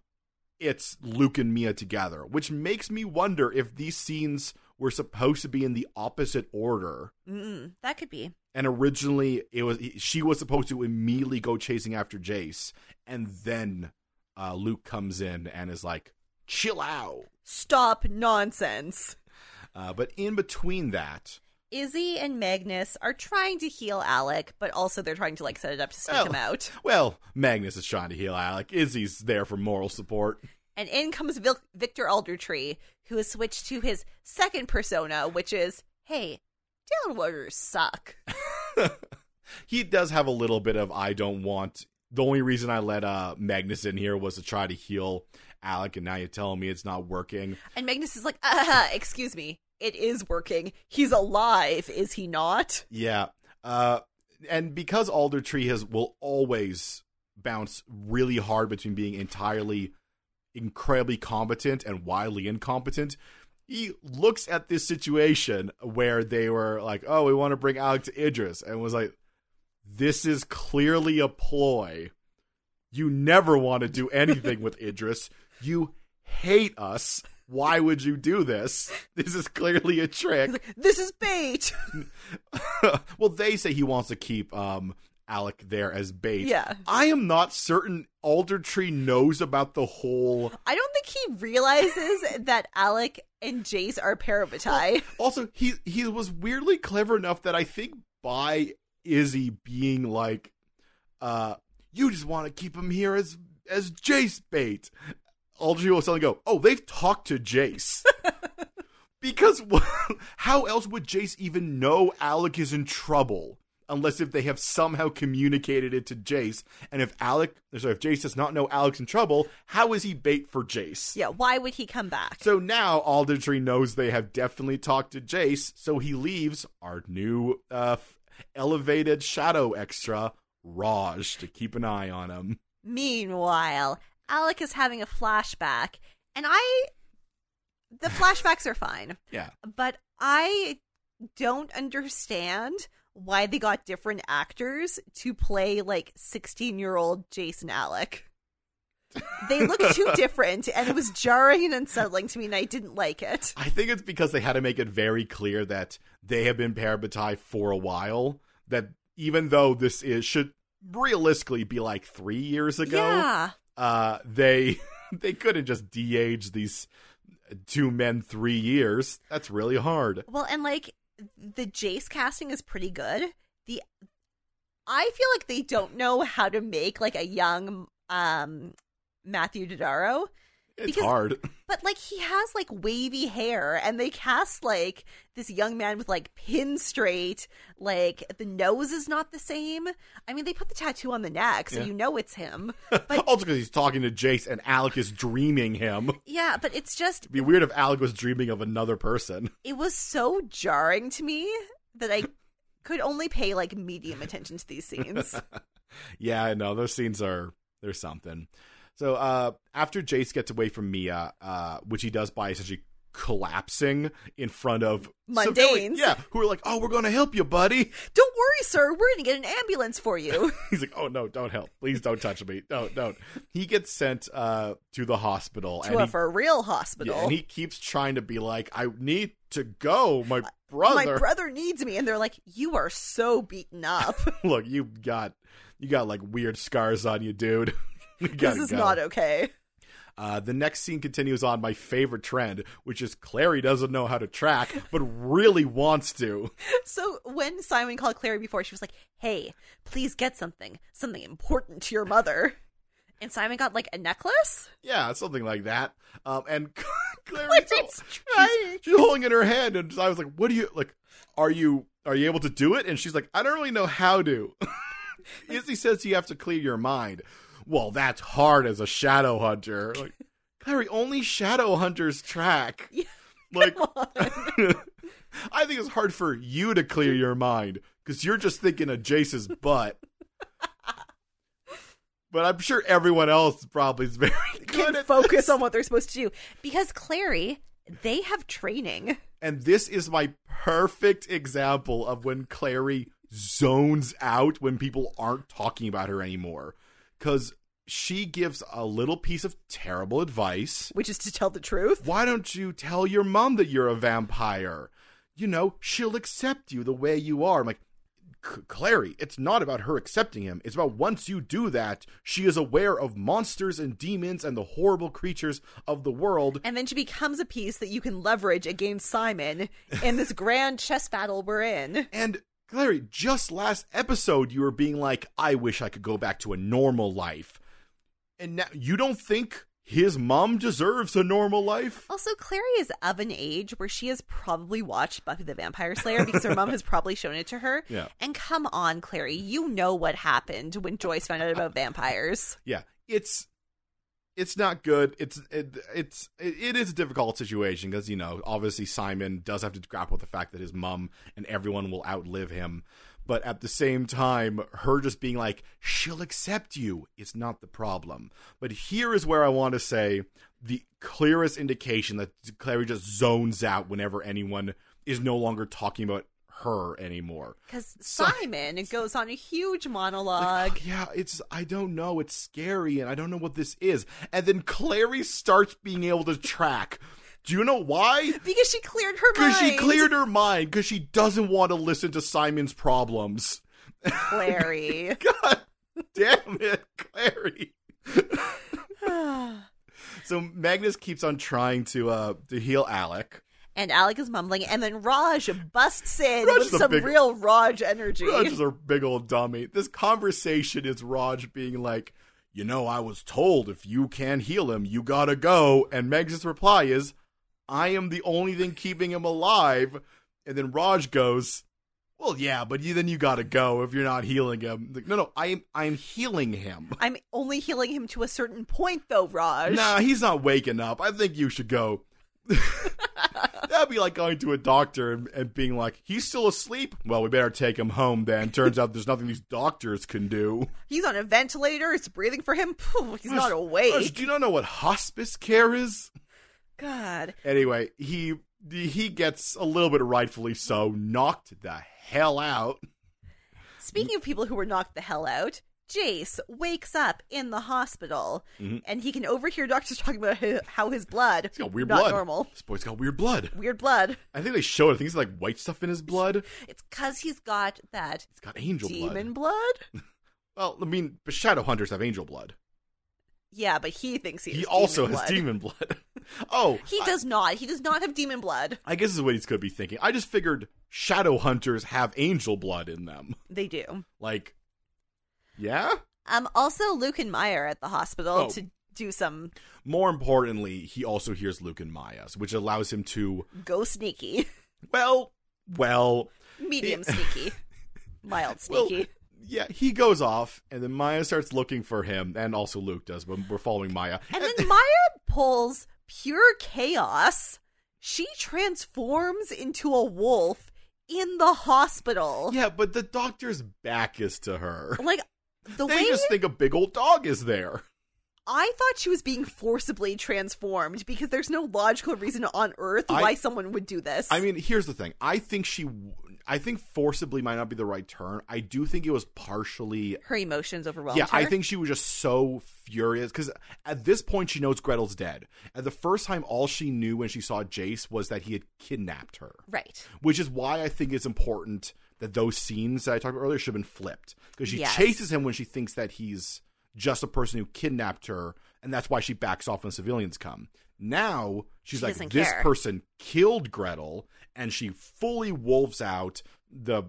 [SPEAKER 1] it's Luke and Mia together, which makes me wonder if these scenes were supposed to be in the opposite order.
[SPEAKER 2] Mm, that could be.
[SPEAKER 1] And originally, it was she was supposed to immediately go chasing after Jace, and then uh, Luke comes in and is like, "Chill out."
[SPEAKER 2] Stop nonsense.
[SPEAKER 1] Uh, but in between that,
[SPEAKER 2] Izzy and Magnus are trying to heal Alec, but also they're trying to like set it up to sneak
[SPEAKER 1] Oh.
[SPEAKER 2] him out.
[SPEAKER 1] well, Magnus is trying to heal Alec. Izzy's there for moral support.
[SPEAKER 2] And in comes Vil- Victor Aldertree, who has switched to his second persona, which is, "Hey, downwaters suck."
[SPEAKER 1] he does have a little bit of I don't want. The only reason I let uh, Magnus in here was to try to heal Alec, and now you're telling me it's not working.
[SPEAKER 2] And Magnus is like, uh, "Excuse me, it is working. He's alive, is he not?"
[SPEAKER 1] Yeah. Uh, and because Alder Tree has will always bounce really hard between being entirely incredibly competent and wildly incompetent, he looks at this situation where they were like, "Oh, we want to bring Alec to Idris," and was like, "This is clearly a ploy. You never want to do anything with Idris. You hate us." Why would you do this? This is clearly a trick
[SPEAKER 2] This is bait.
[SPEAKER 1] well, they say he wants to keep um Alec there as bait.
[SPEAKER 2] Yeah.
[SPEAKER 1] I am not certain Alder Tree knows about the whole
[SPEAKER 2] I don't think he realizes that Alec and Jace are parabatai.
[SPEAKER 1] Also, he he was weirdly clever enough that I think by Izzy being like uh you just want to keep him here as as Jace bait. Alder Tree will suddenly go, "Oh, they've talked to Jace." Because how else would Jace even know Alec is in trouble unless if they have somehow communicated it to Jace? And if Alec, sorry, if Jace does not know Alec's in trouble, how is he bait for Jace?
[SPEAKER 2] yeah, why would he come back?
[SPEAKER 1] So now Aldertree knows they have definitely talked to Jace, so he leaves our new uh, f- elevated shadow extra, Raj, to keep an eye on him.
[SPEAKER 2] Meanwhile, Alec is having a flashback, and I. The flashbacks are fine,
[SPEAKER 1] Yeah.
[SPEAKER 2] but I don't understand why they got different actors to play like 16 year old Jason Alec. They look too different, and it was jarring and unsettling to me, and I didn't like it.
[SPEAKER 1] I think it's because they had to make it very clear that they have been Parabatai for a while. That even though this is should realistically be like three years ago,
[SPEAKER 2] Yeah.
[SPEAKER 1] uh, they they couldn't just de-age these two men three years. That's really hard.
[SPEAKER 2] Well, and like the Jace casting is pretty good. The I feel like they don't know how to make like a young um Matthew Dodaro,
[SPEAKER 1] It's
[SPEAKER 2] Because-
[SPEAKER 1] hard.
[SPEAKER 2] but like he has like wavy hair and they cast like this young man with like pin straight, like the nose is not the same. I mean, they put the tattoo on the neck so
[SPEAKER 1] Yeah.
[SPEAKER 2] you know it's him.
[SPEAKER 1] also because he's talking to Jace and Alec is dreaming him. It'd
[SPEAKER 2] yeah, but it's just
[SPEAKER 1] be weird if Alec was dreaming of another person.
[SPEAKER 2] it was so jarring to me that I could only pay like medium attention to these scenes.
[SPEAKER 1] Yeah, I know those scenes are there's something. So uh, after Jace gets away from Mia, uh, which he does by essentially collapsing in front of civilians-
[SPEAKER 2] Mundanes.
[SPEAKER 1] yeah, who are like, "Oh, we're going to help you, buddy."
[SPEAKER 2] Don't worry, sir. We're going to get an ambulance for you.
[SPEAKER 1] He's like, "Oh no, don't help! Please don't touch me! Don't, don't." He gets sent uh, to the hospital,
[SPEAKER 2] to
[SPEAKER 1] and
[SPEAKER 2] a
[SPEAKER 1] he,
[SPEAKER 2] for real
[SPEAKER 1] yeah,
[SPEAKER 2] hospital.
[SPEAKER 1] and he keeps trying to be like, "I need to go, my
[SPEAKER 2] My brother needs me. And they're like, You are so beaten up.
[SPEAKER 1] look, you got you got like weird scars on you, dude. You
[SPEAKER 2] this
[SPEAKER 1] gotta
[SPEAKER 2] is
[SPEAKER 1] go.
[SPEAKER 2] not okay.
[SPEAKER 1] uh, the next scene continues on my favorite trend, which is Clary doesn't know how to track, but really wants to.
[SPEAKER 2] So when Simon called Clary before, she was like, Hey, please get something, something important to your mother. And Simon got like a necklace?
[SPEAKER 1] Yeah, something like that. Um, and Clarence,
[SPEAKER 2] Clarence
[SPEAKER 1] she's,
[SPEAKER 2] trying.
[SPEAKER 1] she's holding it in her hand, and I was like, "What do you like? Are you are you able to do it?" And she's like, "I don't really know how to." Izzy says you have to clear your mind. Well, that's hard as a shadow hunter. Like, Clary, only shadow hunters track.
[SPEAKER 2] Yeah,
[SPEAKER 1] like,
[SPEAKER 2] on.
[SPEAKER 1] I think it's hard for you to clear your mind because you're just thinking of Jace's butt. but I'm sure everyone else probably is very good
[SPEAKER 2] can
[SPEAKER 1] at
[SPEAKER 2] focus on what they're supposed to do because Clary, they have training.
[SPEAKER 1] And this is my perfect example of when Clary zones out when people aren't talking about her anymore. Because she gives a little piece of terrible advice.
[SPEAKER 2] which is to tell the truth.
[SPEAKER 1] Why don't you tell your mom that you're a vampire? You know, she'll accept you the way you are. I'm like, "C- Clary, it's not about her accepting him. It's about once you do that, she is aware of monsters and demons and the horrible creatures of the world.
[SPEAKER 2] And then she becomes a piece that you can leverage against Simon in this grand chess battle we're in.
[SPEAKER 1] And Clary, just last episode you were being like, I wish I could go back to a normal life. And now you don't think his mom deserves a normal life?
[SPEAKER 2] Also, Clary is of an age where she has probably watched Buffy the Vampire Slayer because her mom has probably shown it to her.
[SPEAKER 1] Yeah.
[SPEAKER 2] And come on, Clary, you know what happened when Joyce found out about vampires.
[SPEAKER 1] Yeah. It's it's not good. It's it, it's it, it is a difficult situation because you know obviously Simon does have to grapple with the fact that his mom and everyone will outlive him, but at the same time, her just being like she'll accept you is not the problem. But here is where I want to say the clearest indication that Clary just zones out whenever anyone is no longer talking about her anymore.
[SPEAKER 2] Because
[SPEAKER 1] So-
[SPEAKER 2] Simon goes on a huge monologue.
[SPEAKER 1] Yeah, it's I don't know. It's scary, and I don't know what this is. And then Clary starts being able to track. Do you know why?
[SPEAKER 2] Because she cleared her mind.
[SPEAKER 1] Because she cleared her mind. Because she doesn't want to listen to Simon's problems.
[SPEAKER 2] Clary.
[SPEAKER 1] God damn it, Clary. So Magnus keeps on trying to uh to heal Alec.
[SPEAKER 2] and Alec is mumbling, and then Raj busts in
[SPEAKER 1] Raj
[SPEAKER 2] with
[SPEAKER 1] is a
[SPEAKER 2] some
[SPEAKER 1] big-
[SPEAKER 2] real Raj energy.
[SPEAKER 1] Raj is a big old dummy. This conversation is Raj being like, you know, I was told if you can't heal him, you gotta go. And Magnus' reply is, I am the only thing keeping him alive. And then Raj goes, well, yeah, but you, then you gotta go if you're not healing him. Like, no, no, I am, I am healing him.
[SPEAKER 2] I'm only healing him to a certain point, though, Raj.
[SPEAKER 1] Nah, he's not waking up. I think you should go. That'd be like going to a doctor and, and being like, he's still asleep. Well, we better take him home then. Turns out there's nothing these doctors can do.
[SPEAKER 2] He's on a ventilator. It's breathing for him. Phew, he's not
[SPEAKER 1] Gosh,
[SPEAKER 2] awake.
[SPEAKER 1] do you not know what hospice care is?
[SPEAKER 2] God.
[SPEAKER 1] Anyway, he he gets a little bit rightfully so knocked the hell out.
[SPEAKER 2] Speaking of people who were knocked the hell out, Jace wakes up in the hospital, and he can overhear doctors talking about hi- how his blood
[SPEAKER 1] Mm-hmm. He's got weird
[SPEAKER 2] not
[SPEAKER 1] blood.
[SPEAKER 2] normal.
[SPEAKER 1] This boy's got weird blood.
[SPEAKER 2] Weird blood.
[SPEAKER 1] I think they showed. it. I think it's like white stuff in his blood.
[SPEAKER 2] It's because he's got that
[SPEAKER 1] It's got angel blood.
[SPEAKER 2] demon blood.
[SPEAKER 1] Well, I mean, but shadow hunters have angel blood.
[SPEAKER 2] Yeah, but he thinks he,
[SPEAKER 1] He
[SPEAKER 2] has
[SPEAKER 1] also
[SPEAKER 2] demon
[SPEAKER 1] has
[SPEAKER 2] blood.
[SPEAKER 1] demon blood. oh,
[SPEAKER 2] He does not. He does not have demon blood.
[SPEAKER 1] I guess is what he could be thinking. I just figured shadow hunters have angel blood in them.
[SPEAKER 2] They do.
[SPEAKER 1] Like, yeah.
[SPEAKER 2] Um. Also, Luke and Maya are at the hospital
[SPEAKER 1] Oh.
[SPEAKER 2] to do some
[SPEAKER 1] More importantly, he also hears Luke and Maya's, which allows him to
[SPEAKER 2] go sneaky,
[SPEAKER 1] Well, well,
[SPEAKER 2] medium
[SPEAKER 1] Yeah.
[SPEAKER 2] sneaky, mild
[SPEAKER 1] well,
[SPEAKER 2] sneaky.
[SPEAKER 1] yeah, he goes off, and then Maya starts looking for him, and also Luke does, but we're following Maya.
[SPEAKER 2] and then Maya pulls pure chaos. She transforms into a wolf in the hospital.
[SPEAKER 1] yeah, but the doctor's back is to her.
[SPEAKER 2] Like the
[SPEAKER 1] They
[SPEAKER 2] way
[SPEAKER 1] just think a big old dog is there.
[SPEAKER 2] I thought she was being forcibly transformed because there's no logical reason on earth
[SPEAKER 1] I-
[SPEAKER 2] why someone would do this.
[SPEAKER 1] I mean, here's the thing. I think she, I think forcibly might not be the right term. I do think it was partially
[SPEAKER 2] her emotions overwhelmed
[SPEAKER 1] yeah, I
[SPEAKER 2] her.
[SPEAKER 1] think she was just so furious because at this point she knows Gretel's dead. At the first time, all she knew when she saw Jace was that he had kidnapped her.
[SPEAKER 2] right.
[SPEAKER 1] which is why I think it's important that those scenes that I talked about earlier should have been flipped because she
[SPEAKER 2] Yes.
[SPEAKER 1] chases him when she thinks that he's just a person who kidnapped her, and that's why she backs off when civilians come. Now she's
[SPEAKER 2] She
[SPEAKER 1] like,
[SPEAKER 2] doesn't
[SPEAKER 1] this
[SPEAKER 2] care.
[SPEAKER 1] person killed Gretel, and she fully wolves out the.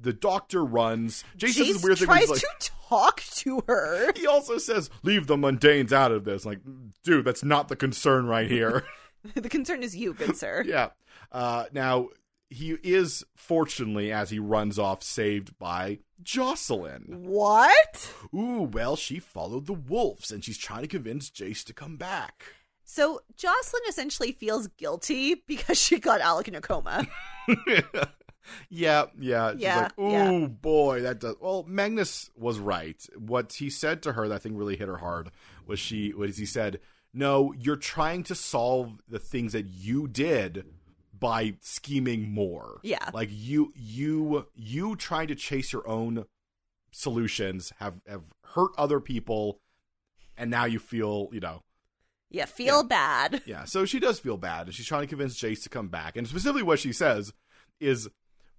[SPEAKER 1] The doctor runs. Jason
[SPEAKER 2] Jace
[SPEAKER 1] says weird thing. where
[SPEAKER 2] tries
[SPEAKER 1] he's like,
[SPEAKER 2] to talk to her.
[SPEAKER 1] He also says, "Leave the mundanes out of this." Like, dude, that's not the concern right here.
[SPEAKER 2] the concern is you, good sir.
[SPEAKER 1] yeah. Uh, now he is fortunately, as he runs off, saved by Jocelyn.
[SPEAKER 2] What?
[SPEAKER 1] Ooh, well, she followed the wolves, and she's trying to convince Jace to come back.
[SPEAKER 2] So Jocelyn essentially feels guilty because she got Alec in a coma.
[SPEAKER 1] yeah, yeah. She's
[SPEAKER 2] Yeah,
[SPEAKER 1] like, ooh,
[SPEAKER 2] yeah.
[SPEAKER 1] boy, that does. Well, Magnus was right. What he said to her, that thing really hit her hard. Was she? Was he said? No, you're trying to solve the things that you did by scheming more.
[SPEAKER 2] Yeah.
[SPEAKER 1] like you, you, you trying to chase your own solutions have have hurt other people, and now you feel you know
[SPEAKER 2] Yeah, feel bad.
[SPEAKER 1] yeah, so she does feel bad, and she's trying to convince Jace to come back. And specifically, what she says is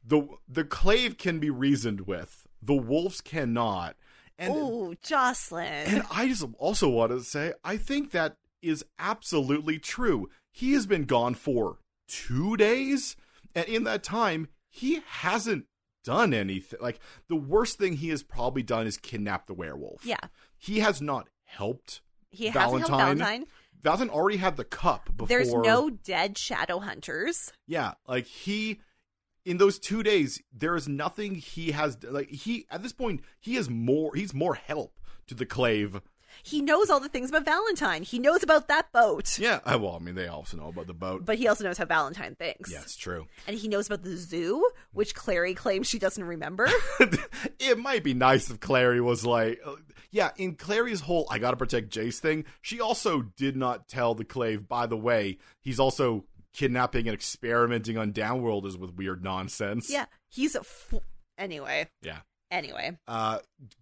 [SPEAKER 1] the the clave can be reasoned with, the wolves cannot. And
[SPEAKER 2] Oh, Jocelyn.
[SPEAKER 1] and I just also want to say, I think that is absolutely true. He has been gone for two days, and in that time, he hasn't done anything. Like the worst thing he has probably done is kidnap the werewolf.
[SPEAKER 2] Yeah.
[SPEAKER 1] he has not helped.
[SPEAKER 2] He hasn't helped
[SPEAKER 1] Valentine.
[SPEAKER 2] Valentine.
[SPEAKER 1] Valentine already had the cup before.
[SPEAKER 2] There's no dead shadow hunters.
[SPEAKER 1] Yeah, like he in those 2 days there is nothing he has like he at this point he is more he's more help to the clave.
[SPEAKER 2] He knows all the things about Valentine. He knows about that boat.
[SPEAKER 1] Yeah, I- well, I mean they also know about the boat.
[SPEAKER 2] But he also knows how Valentine thinks.
[SPEAKER 1] yeah, it's true.
[SPEAKER 2] And he knows about the zoo, which Clary claims she doesn't remember.
[SPEAKER 1] it might be nice if Clary was like uh, yeah, in Clary's whole I got to protect Jace thing, she also did not tell the clave by the way, he's also kidnapping and experimenting on downworlders with weird nonsense.
[SPEAKER 2] yeah. He's a. F- anyway.
[SPEAKER 1] Yeah.
[SPEAKER 2] Anyway.
[SPEAKER 1] uh,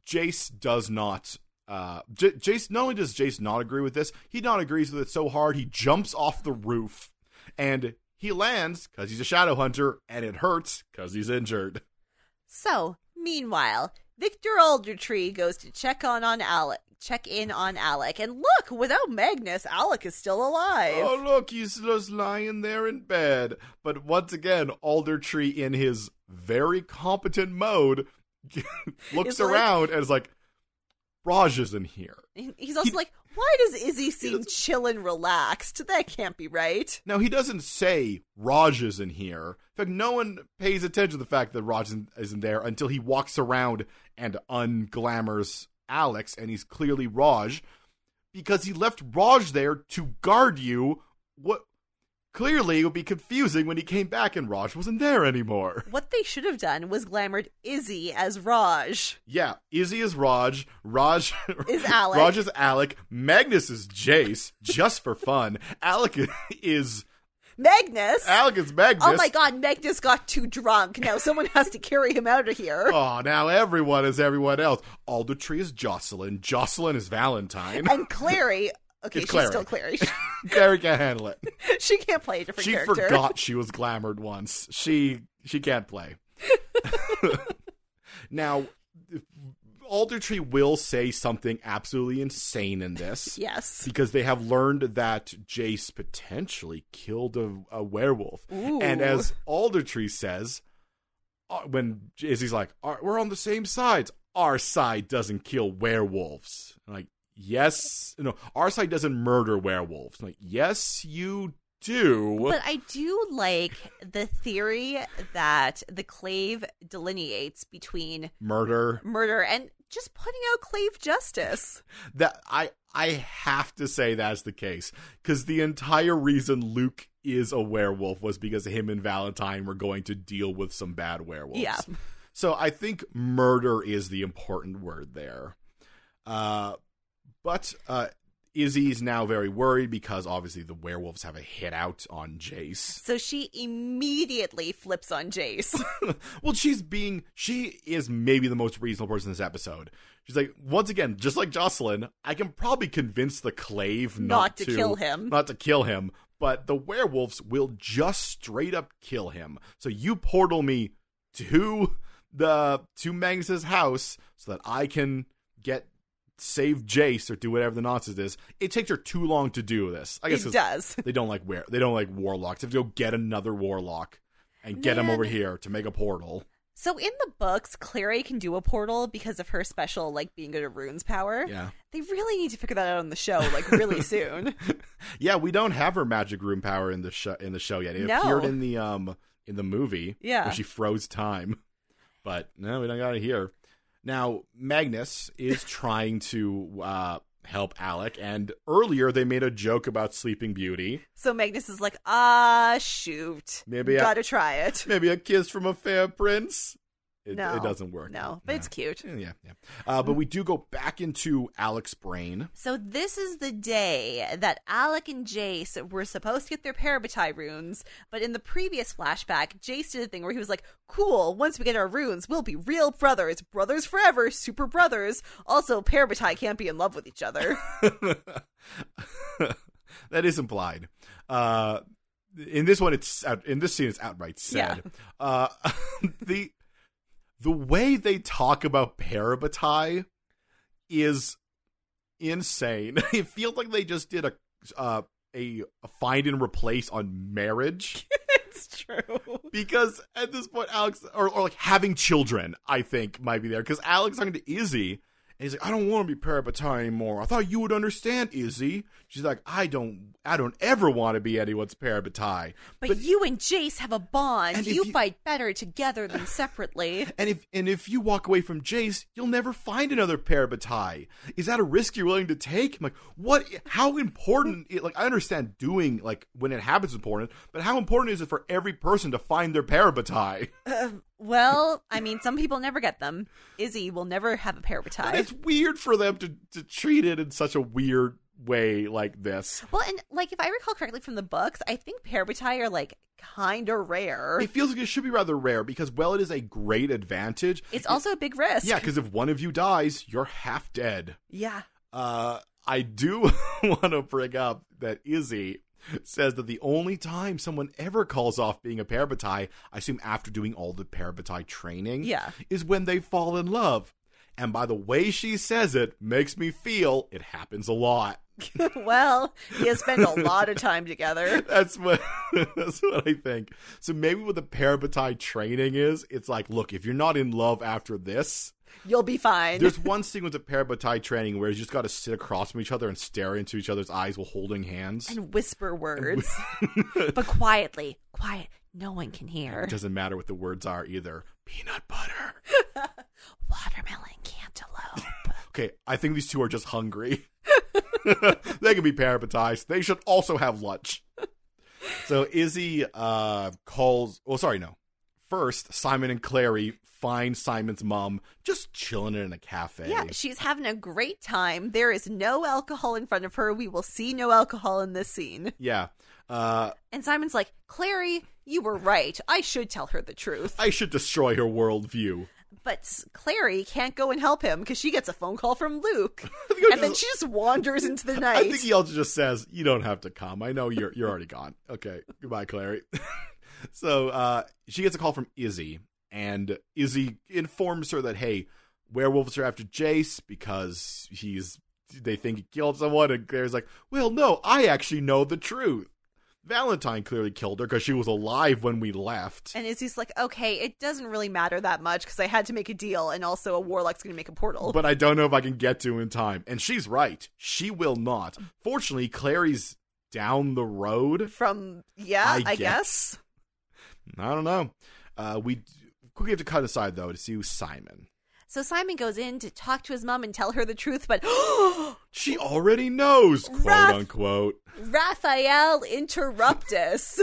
[SPEAKER 1] Jace does not. Uh, J- Jace not only does Jace not agree with this, he not agrees with it so hard he jumps off the roof, and he lands because he's a shadow hunter, and it hurts because he's injured.
[SPEAKER 2] So, meanwhile, Victor Aldertree goes to check on on Alec, check in on Alec, and look, without Magnus, Alec is still alive.
[SPEAKER 1] Oh look, he's just lying there in bed. But once again, Alder Tree in his very competent mode looks
[SPEAKER 2] It's like-
[SPEAKER 1] around and is like, "Raj isn't here."
[SPEAKER 2] He- He's also like, why does Izzy seem chill and relaxed? That can't be right.
[SPEAKER 1] Now he doesn't say Raj isn't here. In fact, no one pays attention to the fact that Raj isn't- isn't there until he walks around and unglamours Alex, and he's clearly Raj because he left Raj there to guard you. What clearly it would be confusing when he came back and Raj wasn't there anymore.
[SPEAKER 2] What they should have done was glamored Izzy as Raj.
[SPEAKER 1] Yeah, Izzy is Raj. Raj
[SPEAKER 2] Is Alec.
[SPEAKER 1] Raj is Alec. Magnus is Jace, just for fun. Alec is
[SPEAKER 2] Magnus!
[SPEAKER 1] Alec is Magnus.
[SPEAKER 2] Oh my god, Magnus got too drunk. Now someone has to carry him out of here.
[SPEAKER 1] Oh, now everyone is everyone else. Alder Tree is Jocelyn. Jocelyn is Valentine.
[SPEAKER 2] And Clary. Okay,
[SPEAKER 1] It's
[SPEAKER 2] she's
[SPEAKER 1] Clary.
[SPEAKER 2] still Clary.
[SPEAKER 1] Gary can't handle it.
[SPEAKER 2] she can't play a different
[SPEAKER 1] She
[SPEAKER 2] character.
[SPEAKER 1] forgot she was glamored once. She she can't play. now, Alder Tree will say something absolutely insane in this.
[SPEAKER 2] Yes.
[SPEAKER 1] Because they have learned that Jace potentially killed a, a werewolf.
[SPEAKER 2] Ooh.
[SPEAKER 1] And as Aldertree says, uh, when Izzy's like, "Our- we're on the same sides. Our side doesn't kill werewolves. I'm like, yes. No, our side doesn't murder werewolves. I'm like, yes, you do.
[SPEAKER 2] But I do like the theory that the clave delineates between
[SPEAKER 1] murder.
[SPEAKER 2] murder and just putting out clave justice.
[SPEAKER 1] That I I have to say that's the case because the entire reason Luke is a werewolf was because him and Valentine were going to deal with some bad werewolves.
[SPEAKER 2] Yeah.
[SPEAKER 1] So I think murder is the important word there. Uh, but uh, Izzy's now very worried because obviously the werewolves have a hit out on Jace.
[SPEAKER 2] So she immediately flips on Jace.
[SPEAKER 1] well, she's being she is maybe the most reasonable person in this episode. She's like, once again, just like Jocelyn, I can probably convince the clave not,
[SPEAKER 2] Not to kill him.
[SPEAKER 1] not to kill him. But the werewolves will just straight up kill him. So you portal me to the to Magnus's house so that I can get save Jace or do whatever the nonsense is. It takes her too long to do this. I guess
[SPEAKER 2] it
[SPEAKER 1] 'cause
[SPEAKER 2] does.
[SPEAKER 1] they don't like where they don't like warlocks. They have to go get another warlock and get him
[SPEAKER 2] Man.
[SPEAKER 1] over here to make a portal.
[SPEAKER 2] So in the books, Clary can do a portal because of her special like being good at runes power.
[SPEAKER 1] Yeah.
[SPEAKER 2] They really need to figure that out on the show like really soon.
[SPEAKER 1] Yeah, we don't have her magic room power in the show in the show yet. It
[SPEAKER 2] No.
[SPEAKER 1] appeared in the um in the movie.
[SPEAKER 2] Yeah.
[SPEAKER 1] Where she froze time. But no, we don't got it here. Now, Magnus is trying to uh help Alec and earlier they made a joke about Sleeping Beauty.
[SPEAKER 2] So Magnus is like, ah, shoot,
[SPEAKER 1] Maybe I-
[SPEAKER 2] gotta try it.
[SPEAKER 1] Maybe a kiss from a fair prince. It,
[SPEAKER 2] No.
[SPEAKER 1] it doesn't work.
[SPEAKER 2] No, but it's cute.
[SPEAKER 1] Yeah, yeah. yeah. Uh, but we do go back into Alec's brain.
[SPEAKER 2] So this is the day that Alec and Jace were supposed to get their Parabatai runes, but in the previous flashback, Jace did a thing where he was like, "Cool, once we get our runes, we'll be real brothers, brothers forever, super brothers." Also, Parabatai can't be in love with each other.
[SPEAKER 1] that is implied. Uh, in this one, it's out, in this scene, it's outright said. Uh, the the way they talk about Parabatai is insane. It feels like they just did a uh, a, a find and replace on marriage
[SPEAKER 2] it's true.
[SPEAKER 1] because at this point, Alex or, or like having children, I think might be there because Alex talking to Izzy. And he's like, I don't want to be Parabatai anymore. I thought you would understand, Izzy. She's like, I don't, I don't ever want to be anyone's Parabatai.
[SPEAKER 2] But, you and Jace have a bond.
[SPEAKER 1] And if
[SPEAKER 2] You,
[SPEAKER 1] you-
[SPEAKER 2] fight better together than separately.
[SPEAKER 1] And if and if you walk away from Jace, you'll never find another Parabatai. Is that a risk you're willing to take? I'm like, what? How important? It, like, I understand doing like when it happens is important, but how important is it for every person to find their Parabatai?
[SPEAKER 2] well, I mean, some people never get them. Izzy will never have a Parabatai.
[SPEAKER 1] And it's weird for them to, to treat it in such a weird way like this.
[SPEAKER 2] Well, and like if I recall correctly from the books, I think Parabatai are like kind of rare.
[SPEAKER 1] It feels like it should be rather rare because, well, it is a great advantage.
[SPEAKER 2] It's also a big risk.
[SPEAKER 1] Yeah, because if one of you dies, you're half dead.
[SPEAKER 2] Yeah.
[SPEAKER 1] Uh, I do want to bring up that Izzy says that the only time someone ever calls off being a parabatai, I assume after doing all the parabatai training,
[SPEAKER 2] Yeah.
[SPEAKER 1] is when they fall in love. And by the way she says it, makes me feel it happens a lot.
[SPEAKER 2] well, you spend a lot of time together.
[SPEAKER 1] That's what that's what I think. So maybe what the parabatai training is, it's like, look, if you're not in love after this,
[SPEAKER 2] You'll be fine.
[SPEAKER 1] there's one sequence of parabatai training where you just got to sit across from each other and stare into each other's eyes while holding hands.
[SPEAKER 2] and whisper words, but quietly, quiet. No one can hear.
[SPEAKER 1] it doesn't matter what the words are either. Peanut butter.
[SPEAKER 2] Watermelon cantaloupe.
[SPEAKER 1] Okay, I think these two are just hungry. they can be parapetized. They should also have lunch. So Izzy uh, calls. Well, sorry, no. First, Simon and Clary find Simon's mom just chilling in a cafe.
[SPEAKER 2] yeah, she's having a great time. There is no alcohol in front of her. We will see no alcohol in this scene.
[SPEAKER 1] Yeah. Uh,
[SPEAKER 2] And Simon's like, Clary, you were right. I should tell her the truth.
[SPEAKER 1] I should destroy her worldview.
[SPEAKER 2] But S- Clary can't go and help him because she gets a phone call from Luke,
[SPEAKER 1] think I
[SPEAKER 2] and then
[SPEAKER 1] just-
[SPEAKER 2] she just wanders into the
[SPEAKER 1] I
[SPEAKER 2] night.
[SPEAKER 1] think he also just says, "You don't have to come. I know you're you're already gone. Okay, goodbye, Clary." so uh, she gets a call from Izzy, and Izzy informs her that, "Hey, werewolves are after Jace because he's they think he killed someone." And Clary's like, "Well, no, I actually know the truth. Valentine clearly killed her because she was alive when we left."
[SPEAKER 2] and Izzy's like, "Okay, it doesn't really matter that much because I had to make a deal, and also a warlock's going to make a portal."
[SPEAKER 1] but I don't know if I can get to in time. And she's right. She will not. Fortunately, Clary's down the road.
[SPEAKER 2] from yeah,
[SPEAKER 1] I
[SPEAKER 2] I,
[SPEAKER 1] guess.
[SPEAKER 2] guess.
[SPEAKER 1] I don't know. Uh, we quickly have to cut aside though to see who's Simon.
[SPEAKER 2] So Simon goes in to talk to his mom and tell her the truth, but
[SPEAKER 1] She already knows, quote
[SPEAKER 2] Raph-
[SPEAKER 1] unquote.
[SPEAKER 2] Raphael interrupt us.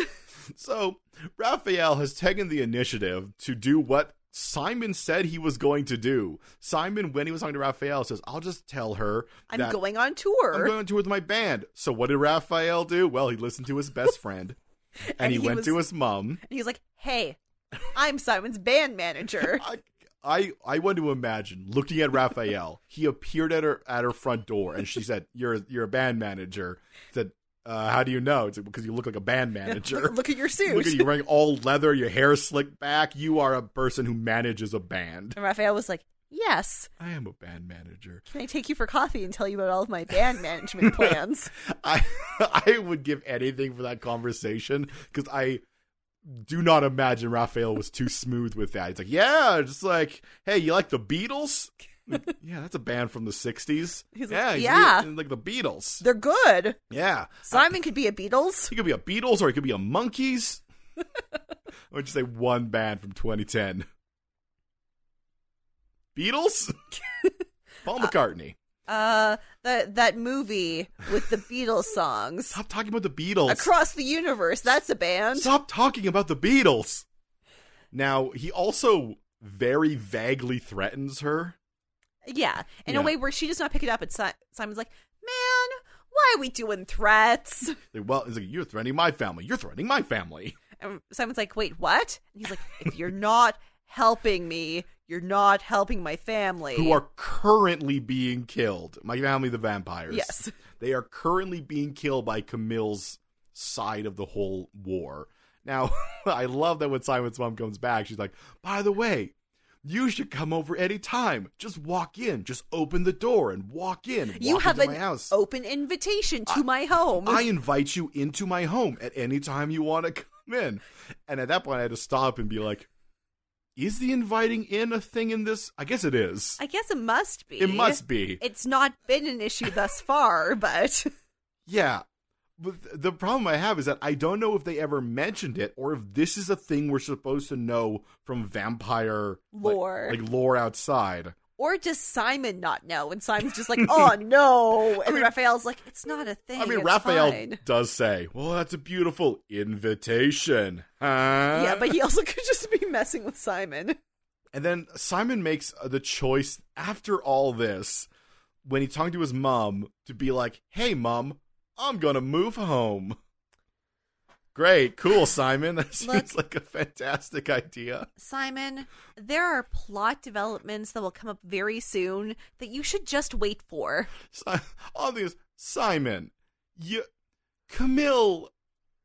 [SPEAKER 1] So Raphael has taken the initiative to do what Simon said he was going to do. Simon, when he was talking to Raphael, says, "I'll just tell her
[SPEAKER 2] I'm
[SPEAKER 1] that
[SPEAKER 2] going on tour,
[SPEAKER 1] I'm going on tour with my band." So what did Raphael do? Well, he listened to his best friend, and,
[SPEAKER 2] And
[SPEAKER 1] he,
[SPEAKER 2] he
[SPEAKER 1] went
[SPEAKER 2] was-
[SPEAKER 1] to his mom.
[SPEAKER 2] and he's like, "Hey, I'm Simon's band manager."
[SPEAKER 1] I, I I want to imagine looking at Raphael. he appeared at her at her front door, and she said, "You're you're a band manager." He Said, uh, "How do you know?" It's like, because you look like a band manager.
[SPEAKER 2] Look, look at your suit.
[SPEAKER 1] Look at you wearing all leather, your hair slicked back. You are a person who manages a band.
[SPEAKER 2] And Raphael was like, "Yes,
[SPEAKER 1] I am a band manager.
[SPEAKER 2] Can I take you for coffee and tell you about all of my band management plans?
[SPEAKER 1] I I would give anything for that conversation because I do not imagine Raphael was too smooth with that. It's like, yeah, just like, hey, you like the Beatles? Like, yeah, that's a band from the '60s.
[SPEAKER 2] He's like,
[SPEAKER 1] yeah, he's
[SPEAKER 2] "Yeah."
[SPEAKER 1] like the Beatles.
[SPEAKER 2] They're good.
[SPEAKER 1] Yeah,
[SPEAKER 2] Simon could be a Beatles.
[SPEAKER 1] He could be a Beatles or he could be a Monkeys. I would just say one band from 2010. Beatles? Paul McCartney.
[SPEAKER 2] Uh, that that movie with the Beatles songs.
[SPEAKER 1] Stop talking about the Beatles.
[SPEAKER 2] Across the universe, that's a band.
[SPEAKER 1] Stop talking about the Beatles. Now, he also very vaguely threatens her.
[SPEAKER 2] Yeah, in
[SPEAKER 1] Yeah.
[SPEAKER 2] a way where she does not pick it up. And si- Simon's like, "Man, why are we doing threats?"
[SPEAKER 1] Like, well, he's like, you're threatening my family. You're threatening my family.
[SPEAKER 2] And Simon's like, "Wait, what?" And he's like, "If you're not helping me, you're not helping my family."
[SPEAKER 1] Who are currently being killed. My family, the vampires.
[SPEAKER 2] yes,
[SPEAKER 1] They are currently being killed by Camille's side of the whole war. Now, I love that when Simon's mom comes back, she's like, by the way, you should come over any time. Just walk in. Just open the door and walk in. Walk
[SPEAKER 2] you have
[SPEAKER 1] into
[SPEAKER 2] an
[SPEAKER 1] my house.
[SPEAKER 2] open invitation to my home.
[SPEAKER 1] I invite you into my home at any time you want to come in. And at that point, I had to stop and be like, is the inviting in a thing in this? I guess it is.
[SPEAKER 2] I guess it must be.
[SPEAKER 1] It must be.
[SPEAKER 2] It's not been an issue thus far, but
[SPEAKER 1] Yeah. But th- the problem I have is that I don't know if they ever mentioned it or if this is a thing we're supposed to know from vampire like-
[SPEAKER 2] Lore.
[SPEAKER 1] Like, lore outside.
[SPEAKER 2] or does Simon not know? And Simon's just like, "Oh no!" And Raphael's like, "It's not a thing."
[SPEAKER 1] I mean,
[SPEAKER 2] it's
[SPEAKER 1] Raphael
[SPEAKER 2] fine."
[SPEAKER 1] does say, well, that's a beautiful invitation. Huh?
[SPEAKER 2] Yeah, but he also could just be messing with Simon.
[SPEAKER 1] And then Simon makes uh, the choice after all this, when he's talking to his mom, to be like, hey, mom, I'm going to move home. Great, cool, Simon. That seems like a fantastic idea.
[SPEAKER 2] Simon, there are plot developments that will come up very soon that you should just wait for.
[SPEAKER 1] Si- all these Simon, you Camille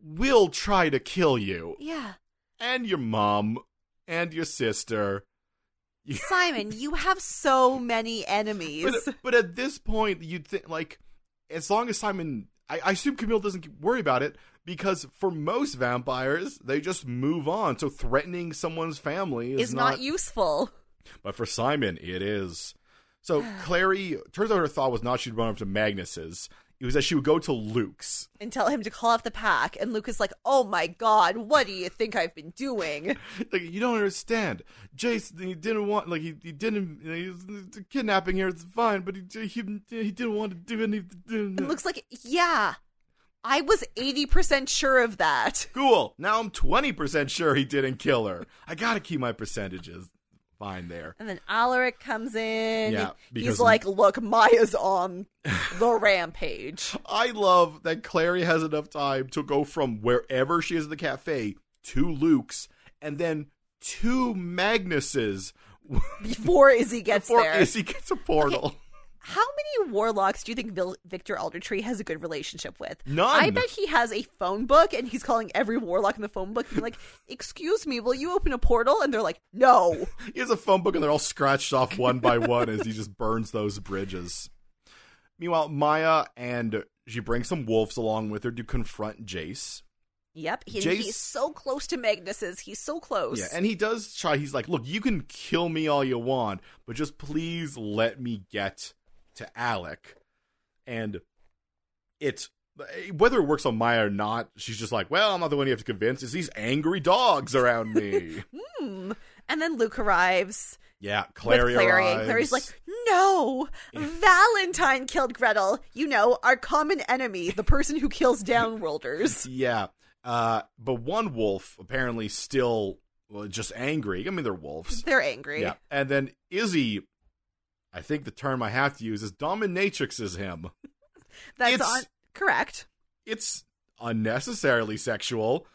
[SPEAKER 1] will try to kill you
[SPEAKER 2] Yeah.
[SPEAKER 1] and your mom and your sister. You-
[SPEAKER 2] Simon, you have so many enemies.
[SPEAKER 1] but, but at this point, you'd think like as long as Simon, I, I assume Camille doesn't worry about it because for most vampires, they just move on. So threatening someone's family is,
[SPEAKER 2] Is not useful.
[SPEAKER 1] But for Simon, it is. So Clary turns out her thought was not she'd run up to Magnus's. It was that she would go to Luke's.
[SPEAKER 2] And tell him to call off the pack. And Luke is like, oh my god, what do you think I've been doing?
[SPEAKER 1] like you don't understand. Jace he didn't want like he, he didn't he was kidnapping her. It's fine, but he he, he didn't want to do anything.
[SPEAKER 2] And Luke's like, yeah, I was 80% sure of that.
[SPEAKER 1] cool. Now I'm twenty percent sure he didn't kill her. I gotta keep my percentages fine there.
[SPEAKER 2] And then Alaric comes in.
[SPEAKER 1] Yeah, because-
[SPEAKER 2] He's like, look, Maya's on the rampage.
[SPEAKER 1] I love that Clary has enough time to go from wherever she is at the cafe to Luke's and then to Magnus's
[SPEAKER 2] Before Izzy gets
[SPEAKER 1] before
[SPEAKER 2] there.
[SPEAKER 1] Izzy gets a portal.
[SPEAKER 2] How many warlocks do you think Vil- Victor Aldertree has a good relationship with?
[SPEAKER 1] None.
[SPEAKER 2] I bet he has a phone book and he's calling every warlock in the phone book, being like, "Excuse me, will you open a portal?" And they're like, "No."
[SPEAKER 1] He has a phone book and they're all scratched off one by one as he just burns those bridges. Meanwhile, Maya and she brings some wolves along with her to confront Jace.
[SPEAKER 2] yep, he-
[SPEAKER 1] Jace-
[SPEAKER 2] he's so close to Magnus's. He's so close.
[SPEAKER 1] Yeah, and he does try. He's like, "Look, you can kill me all you want, but just please let me get to Alec." And it's whether it works on Maya or not. She's just like, "Well, I'm not the one you have to convince. It's these angry dogs around me."
[SPEAKER 2] Hmm. And then Luke arrives
[SPEAKER 1] yeah, Clary,
[SPEAKER 2] with Clary,
[SPEAKER 1] arrives.
[SPEAKER 2] and Clary's like, "No, Valentine killed Gretel. You know, our common enemy, the person who kills downworlders."
[SPEAKER 1] Yeah. Uh, but one wolf apparently still well, just angry. I mean, they're wolves.
[SPEAKER 2] They're angry.
[SPEAKER 1] Yeah. And then Izzy, I think the term I have to use is dominatrix is him.
[SPEAKER 2] That's
[SPEAKER 1] It's-
[SPEAKER 2] on correct.
[SPEAKER 1] It's unnecessarily sexual.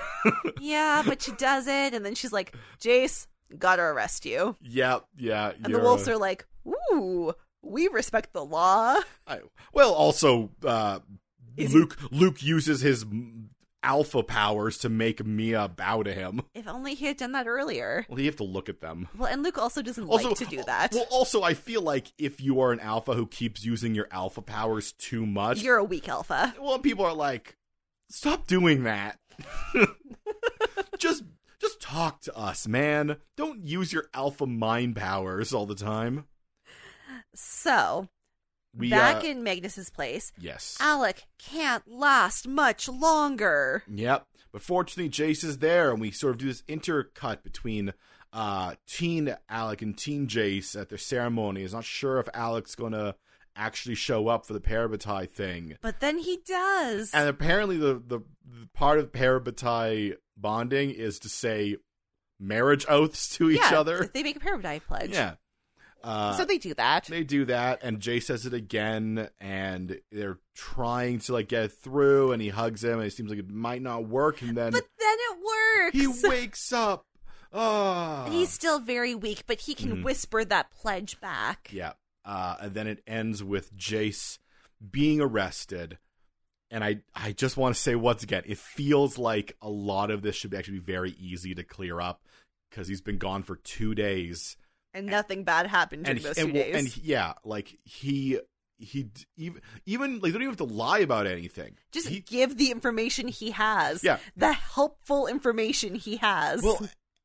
[SPEAKER 2] yeah, but she does it, and then she's like, Jace, gotta arrest you.
[SPEAKER 1] Yeah, yeah.
[SPEAKER 2] And
[SPEAKER 1] you're-
[SPEAKER 2] the wolves are like, ooh, we respect the law.
[SPEAKER 1] I, well, also, uh,
[SPEAKER 2] Izzy-
[SPEAKER 1] Luke Luke uses his m- alpha powers to make Mia bow to him.
[SPEAKER 2] If only he had done that earlier.
[SPEAKER 1] Well, you have to look at them.
[SPEAKER 2] Well, and Luke also doesn't
[SPEAKER 1] Also,
[SPEAKER 2] like to do that.
[SPEAKER 1] Well, also, I feel like if you are an alpha who keeps using your alpha powers too much,
[SPEAKER 2] You're a weak alpha.
[SPEAKER 1] well people are like stop doing that Just just talk to us, man. Don't use your alpha mind powers all the time.
[SPEAKER 2] So,
[SPEAKER 1] We
[SPEAKER 2] back
[SPEAKER 1] uh,
[SPEAKER 2] in Magnus's place,
[SPEAKER 1] yes.
[SPEAKER 2] Alec can't last much longer.
[SPEAKER 1] Yep. But fortunately, Jace is there, and we sort of do this intercut between uh, teen Alec and teen Jace at their ceremony. Is not sure if Alec's going to actually show up for the Parabatai thing.
[SPEAKER 2] But then he does.
[SPEAKER 1] And apparently, the, the, the part of Parabatai bonding is to say marriage oaths to each
[SPEAKER 2] Yeah,
[SPEAKER 1] other.
[SPEAKER 2] They make a paradigm pledge.
[SPEAKER 1] Yeah. Uh,
[SPEAKER 2] so they do that.
[SPEAKER 1] they do that and jay says it again and they're trying to like get through and he hugs him and it seems like it might not work and then
[SPEAKER 2] but then it
[SPEAKER 1] he
[SPEAKER 2] works.
[SPEAKER 1] wakes up Ah,
[SPEAKER 2] He's still very weak, but he can
[SPEAKER 1] Mhm.
[SPEAKER 2] whisper that pledge back.
[SPEAKER 1] yeah uh, and then it ends with jace being arrested and i i just want to say once again it feels like a lot of this should actually be very easy to clear up because he's been gone for two days
[SPEAKER 2] And nothing bad happened during
[SPEAKER 1] and,
[SPEAKER 2] those
[SPEAKER 1] he-
[SPEAKER 2] two
[SPEAKER 1] and, well,
[SPEAKER 2] days.
[SPEAKER 1] and he- yeah, like he he d- even even like they don't even have to lie about anything.
[SPEAKER 2] Just
[SPEAKER 1] he,
[SPEAKER 2] give the information he has.
[SPEAKER 1] Yeah.
[SPEAKER 2] The helpful information he has.
[SPEAKER 1] well,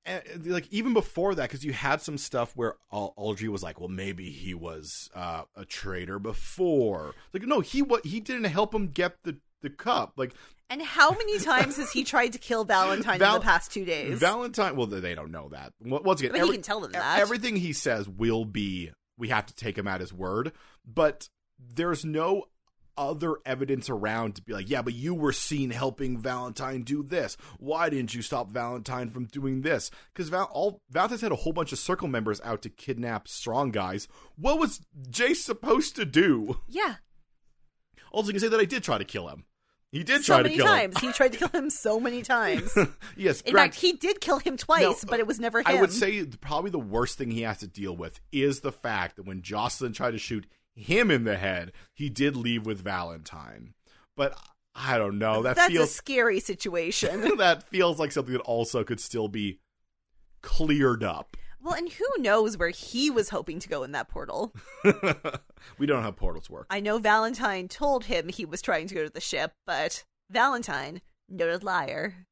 [SPEAKER 1] and, and, like even before that, because you had some stuff where Al- Aldry was like, "Well, maybe he was uh, a traitor before." Like, no, he what he didn't help him get the the cup. Like
[SPEAKER 2] and how many times has he tried to kill Valentine
[SPEAKER 1] Val-
[SPEAKER 2] in the past two days?
[SPEAKER 1] Valentine. Well, they don't know that. Wa- Once again,
[SPEAKER 2] I mean,
[SPEAKER 1] every-
[SPEAKER 2] he can tell them
[SPEAKER 1] e-
[SPEAKER 2] that.
[SPEAKER 1] everything he says will be. We have to take him at his word, but there's no other evidence around to be like, yeah, but you were seen helping Valentine do this. Why didn't you stop Valentine from doing this? Because Val- all Valentine's had a whole bunch of circle members out to kidnap strong guys. What was Jay supposed to do?
[SPEAKER 2] yeah.
[SPEAKER 1] Also, you can say that I did try to kill him. He did
[SPEAKER 2] So
[SPEAKER 1] try
[SPEAKER 2] many
[SPEAKER 1] to kill
[SPEAKER 2] times. he tried to kill him so many times.
[SPEAKER 1] him. yes,
[SPEAKER 2] In
[SPEAKER 1] Grant-
[SPEAKER 2] fact, he did kill him twice,
[SPEAKER 1] No,
[SPEAKER 2] but it was never him.
[SPEAKER 1] I would say th- probably the worst thing he has to deal with is the fact that when Jocelyn tried to shoot him in the head, he did leave with Valentine. But I don't know. Oh, That
[SPEAKER 2] That's a
[SPEAKER 1] feels
[SPEAKER 2] scary situation.
[SPEAKER 1] that feels like something that also could still be cleared up.
[SPEAKER 2] well, and who knows where he was hoping to go in that portal?
[SPEAKER 1] we don't know how portals work.
[SPEAKER 2] I know Valentine told him he was trying to go to the ship, but Valentine, noted liar.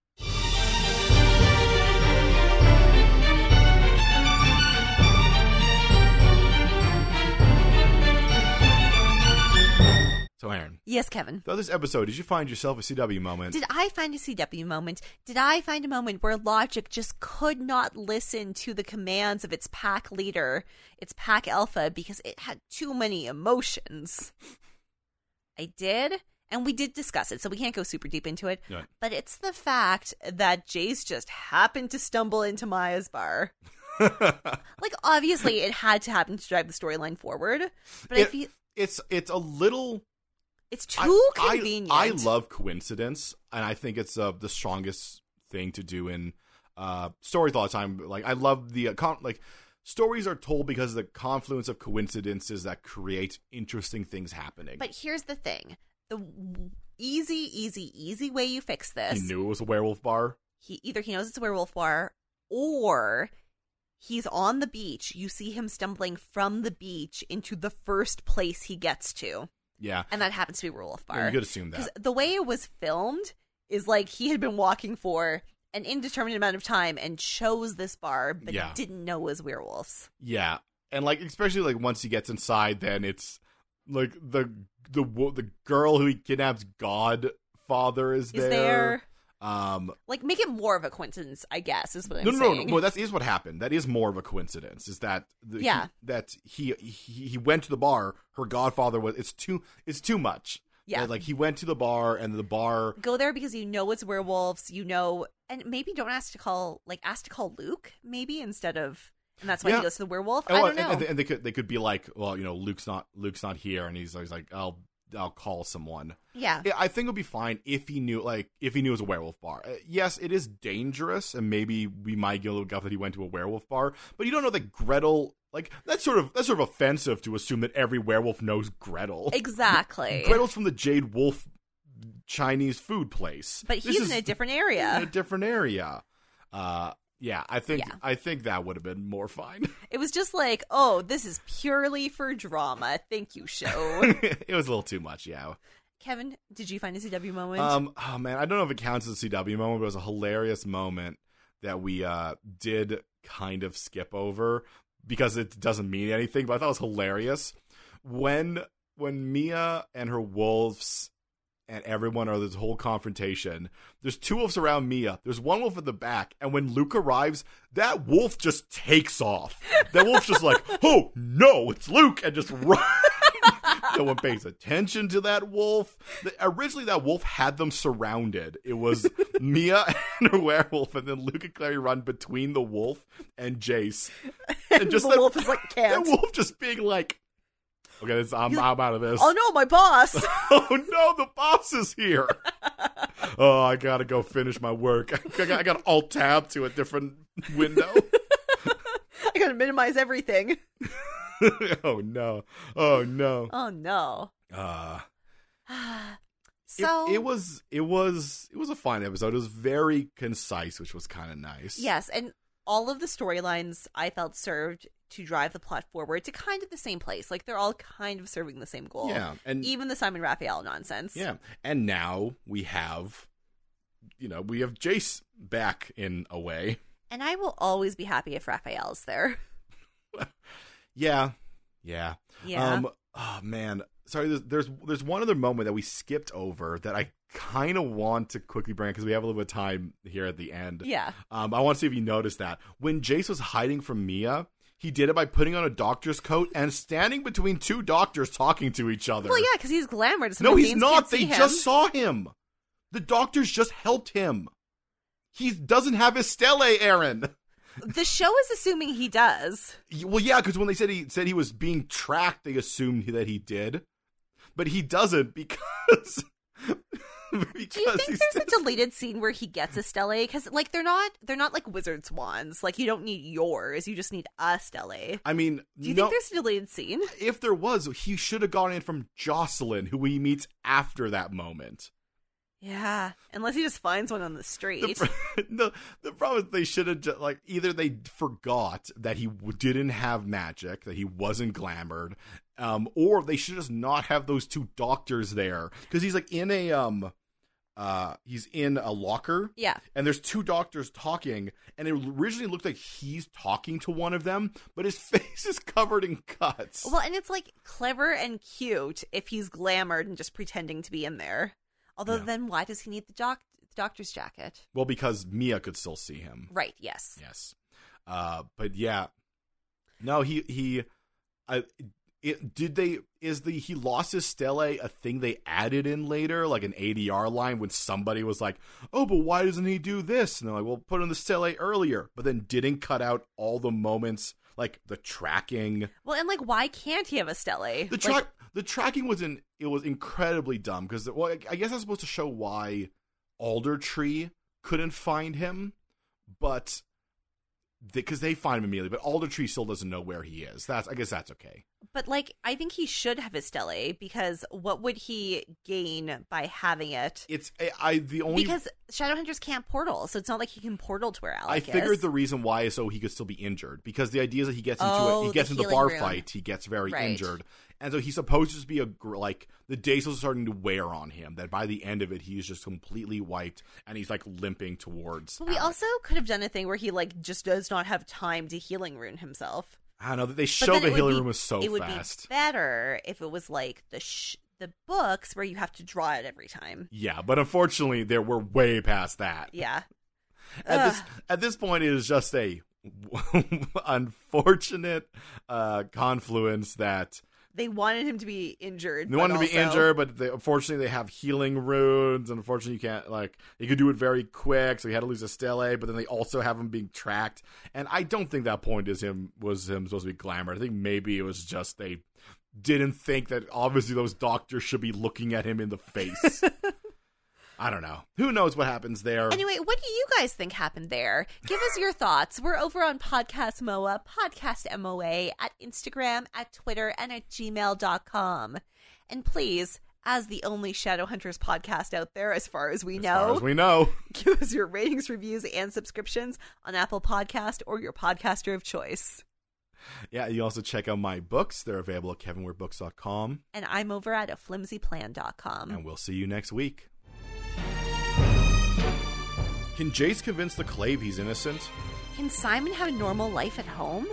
[SPEAKER 1] So Aaron,
[SPEAKER 2] Yes, Kevin.
[SPEAKER 1] throughout this episode, did you find yourself a CW moment?
[SPEAKER 2] Did I find a CW moment? Did I find a moment where logic just could not listen to the commands of its pack leader, its pack alpha, because it had too many emotions? I did, and we did discuss it, so we can't go super deep into it.
[SPEAKER 1] No.
[SPEAKER 2] But it's the fact that Jace just happened to stumble into Maya's bar. like, obviously, it had to happen to drive the storyline forward, but I
[SPEAKER 1] It-
[SPEAKER 2] feel
[SPEAKER 1] it's it's a little
[SPEAKER 2] it's
[SPEAKER 1] I-
[SPEAKER 2] too
[SPEAKER 1] I-
[SPEAKER 2] convenient.
[SPEAKER 1] I, love coincidence, and I think it's uh, the strongest thing to do in uh, stories all the time. Like I love the uh, con- like stories are told because of the confluence of coincidences that create interesting things happening.
[SPEAKER 2] But here's the thing: the w- easy, easy, easy way you fix
[SPEAKER 1] he
[SPEAKER 2] this,
[SPEAKER 1] knew it was a werewolf bar.
[SPEAKER 2] he either he knows it's a werewolf bar, or he's on the beach. You see him stumbling from the beach into the first place he gets to,
[SPEAKER 1] Yeah,
[SPEAKER 2] and that happens to be werewolf
[SPEAKER 1] Yeah,
[SPEAKER 2] bar.
[SPEAKER 1] you could assume
[SPEAKER 2] because
[SPEAKER 1] that.
[SPEAKER 2] the way it was filmed is like he had been walking for an indeterminate amount of time and chose this bar, but
[SPEAKER 1] Yeah.
[SPEAKER 2] didn't know it was werewolves.
[SPEAKER 1] Yeah, and like especially like once he gets inside, then it's like the the wo- the girl who he kidnaps, Godfather, is
[SPEAKER 2] Is
[SPEAKER 1] there.
[SPEAKER 2] there
[SPEAKER 1] Um,
[SPEAKER 2] like make it more of a coincidence? I guess is what I'm
[SPEAKER 1] no, no, no,
[SPEAKER 2] saying.
[SPEAKER 1] no, no. That is what happened. That is more of a coincidence. Is that the,
[SPEAKER 2] Yeah.
[SPEAKER 1] He, that he, he he went to the bar. Her godfather was. It's too. It's too much.
[SPEAKER 2] Yeah.
[SPEAKER 1] That, like he went to the bar and the bar.
[SPEAKER 2] go there because you know it's werewolves, you know, and maybe don't ask to call like ask to call Luke maybe instead of, and that's why
[SPEAKER 1] Yeah.
[SPEAKER 2] he goes to the werewolf.
[SPEAKER 1] oh,
[SPEAKER 2] I don't
[SPEAKER 1] and,
[SPEAKER 2] know.
[SPEAKER 1] And, and they could they could be like, well, you know, Luke's not Luke's not here, and he's, he's like, I'll I'll call someone.
[SPEAKER 2] yeah,
[SPEAKER 1] Yeah, I think it would be fine if he knew, like, if he knew it was a werewolf bar. Uh, yes, it is dangerous, and maybe we might get a little guff that he went to a werewolf bar, but you don't know that Gretel, like, that's sort of that's sort of offensive to assume that every werewolf knows Gretel.
[SPEAKER 2] exactly.
[SPEAKER 1] Gretel's from the Jade Wolf Chinese food place,
[SPEAKER 2] But
[SPEAKER 1] This
[SPEAKER 2] he's
[SPEAKER 1] is
[SPEAKER 2] in a different
[SPEAKER 1] in a
[SPEAKER 2] area.
[SPEAKER 1] different area. Uh, yeah, I think
[SPEAKER 2] Yeah.
[SPEAKER 1] I think that would have been more fine.
[SPEAKER 2] It was just like, oh, this is purely for drama. Thank you, show.
[SPEAKER 1] it was a little too much, yeah.
[SPEAKER 2] Kevin, did you find a CW moment?
[SPEAKER 1] Um, oh man, I don't know if it counts as a CW moment, but it was a hilarious moment. that we uh, did kind of skip over because it doesn't mean anything, but I thought it was hilarious when when Mia and her wolves and everyone are this whole confrontation. There's two wolves around Mia. There's one wolf in the back, and when Luke arrives, that wolf just takes off. That wolf's just like, oh no, it's Luke, and just runs. no one pays attention to that wolf. The- originally, that wolf had them surrounded. It was Mia and her werewolf, and then Luke and Clary run between the wolf and Jace. And
[SPEAKER 2] the
[SPEAKER 1] that-
[SPEAKER 2] wolf is like
[SPEAKER 1] that
[SPEAKER 2] can't.
[SPEAKER 1] wolf just being like, okay, this, I'm, I'm out of this.
[SPEAKER 2] Oh no, my boss.
[SPEAKER 1] Oh no, the boss is here. oh, I gotta go finish my work. I got, I got alt tab to a different window.
[SPEAKER 2] I gotta minimize everything.
[SPEAKER 1] oh no. Oh no.
[SPEAKER 2] Oh no.
[SPEAKER 1] Uh, it-
[SPEAKER 2] So
[SPEAKER 1] it, was it was it was a fine episode. It was very concise, which was kind of nice.
[SPEAKER 2] Yes, and all of the storylines I felt served to drive the plot forward to kind of the same place. Like they're all kind of serving the same goal.
[SPEAKER 1] Yeah, and
[SPEAKER 2] Even the Simon Raphael nonsense.
[SPEAKER 1] yeah, and now we have, you know, we have Jace back in a way.
[SPEAKER 2] And I will always be happy if Raphael's there.
[SPEAKER 1] Yeah, yeah.
[SPEAKER 2] Yeah.
[SPEAKER 1] Um, oh man, sorry. There's, there's there's one other moment that we skipped over that I kind of want to quickly bring because we have a little bit of time here at the end.
[SPEAKER 2] yeah.
[SPEAKER 1] Um, I want to see if you noticed that when Jace was hiding from Mia, he did it by putting on a doctor's coat and standing between two doctors talking to each other.
[SPEAKER 2] Well, yeah, because he's glamored. so
[SPEAKER 1] no,
[SPEAKER 2] the
[SPEAKER 1] he's
[SPEAKER 2] Danes
[SPEAKER 1] not.
[SPEAKER 2] can't
[SPEAKER 1] They
[SPEAKER 2] see him.
[SPEAKER 1] just saw him. The doctors just helped him. He doesn't have his stele, Aaron.
[SPEAKER 2] The show is assuming he does.
[SPEAKER 1] Well, yeah, because when they said he said he was being tracked, they assumed that he did, but he doesn't because because
[SPEAKER 2] Do you think
[SPEAKER 1] he's
[SPEAKER 2] there's a deleted scene where he gets a stele? Because like they're not they're not like wizard's wands. Like you don't need yours. You just need a stele.
[SPEAKER 1] I mean,
[SPEAKER 2] Do you
[SPEAKER 1] no.
[SPEAKER 2] think there's a deleted scene?
[SPEAKER 1] if there was, he should have gotten it from Jocelyn, who he meets after that moment.
[SPEAKER 2] Yeah, unless he just finds one on the
[SPEAKER 1] The,
[SPEAKER 2] street.
[SPEAKER 1] pro- the, the problem is they should have just, like either they forgot that he w- didn't have magic, that he wasn't glamored, um, or they should just not have those two doctors there because he's like in a um, uh, he's in a locker.
[SPEAKER 2] yeah,
[SPEAKER 1] and there's two doctors talking, and it originally looked like he's talking to one of them, but his face is covered in cuts.
[SPEAKER 2] well, and it's like clever and cute if he's glamored and just pretending to be in there. Although,
[SPEAKER 1] Yeah.
[SPEAKER 2] then why does he need the doc the doctor's jacket?
[SPEAKER 1] Well, because Mia could still see him.
[SPEAKER 2] Right. Yes.
[SPEAKER 1] Yes, uh, but yeah, no, he he, I, it, did they is the he lost his stele a thing they added in later, like an ADR line when somebody was like, oh, but why doesn't he do this? And they're like, well, put in the stele earlier, but then didn't cut out all the moments like the tracking.
[SPEAKER 2] Well, and like, why can't he have a stele?
[SPEAKER 1] The track, the tracking was in. It was incredibly dumb because well, I guess that's supposed to show why Alder Tree couldn't find him, but because they find him immediately, but Alder Tree still doesn't know where he is. That's I guess that's okay.
[SPEAKER 2] But like, I think he should have his stele because what would he gain by having it?
[SPEAKER 1] It's I, I the only
[SPEAKER 2] Because Shadowhunters can't portal, so it's not like he can portal to where Alec
[SPEAKER 1] I figured
[SPEAKER 2] is.
[SPEAKER 1] the reason why is so he could still be injured because the idea is that he gets into
[SPEAKER 2] Oh,
[SPEAKER 1] it, he
[SPEAKER 2] the
[SPEAKER 1] gets into the
[SPEAKER 2] healing
[SPEAKER 1] bar
[SPEAKER 2] room.
[SPEAKER 1] fight, he gets very
[SPEAKER 2] Right.
[SPEAKER 1] injured, and so he's supposed to be a gr- like the days are starting to wear on him. That by the end of it, he's just completely wiped and he's like limping towards.
[SPEAKER 2] But we
[SPEAKER 1] Alec.
[SPEAKER 2] also could have done a thing where he like just does not have time to healing rune himself.
[SPEAKER 1] I don't know that they
[SPEAKER 2] But
[SPEAKER 1] show
[SPEAKER 2] then
[SPEAKER 1] the
[SPEAKER 2] it would
[SPEAKER 1] healing
[SPEAKER 2] be-
[SPEAKER 1] room was so
[SPEAKER 2] it would
[SPEAKER 1] fast.
[SPEAKER 2] Be better if it was like the sh- the books where you have to draw it every time.
[SPEAKER 1] Yeah, but unfortunately, there we're way past that.
[SPEAKER 2] Yeah,
[SPEAKER 1] At this
[SPEAKER 2] Ugh.
[SPEAKER 1] at this point, it is just a unfortunate uh, confluence that
[SPEAKER 2] they wanted him to be injured.
[SPEAKER 1] they
[SPEAKER 2] but
[SPEAKER 1] wanted to be
[SPEAKER 2] also-
[SPEAKER 1] injured, but they, unfortunately, they have healing runes. And unfortunately, you can't like you could do it very quick, so he had to lose a stele. But then they also have him being tracked, and I don't think that point is him was him supposed to be glamour. I think maybe it was just they didn't think that obviously those doctors should be looking at him in the face. I don't know. Who knows what happens there?
[SPEAKER 2] Anyway, what do you guys think happened there? Give us your thoughts. We're over on Podcast MOA, Podcast MOA, at Instagram, at Twitter, and at gmail.com. And please, as the only Shadowhunters podcast out there, as far as we
[SPEAKER 1] as
[SPEAKER 2] know,
[SPEAKER 1] far as we know.
[SPEAKER 2] give us your ratings, reviews, and subscriptions on Apple Podcast or your podcaster of choice.
[SPEAKER 1] Yeah, you also check out my books. They're available at kevinweirdbooks.com.
[SPEAKER 2] And I'm over at a flimsyplan.com.
[SPEAKER 1] And we'll see you next week. Can Jace convince the Clave he's innocent?
[SPEAKER 2] Can Simon have a normal life at home?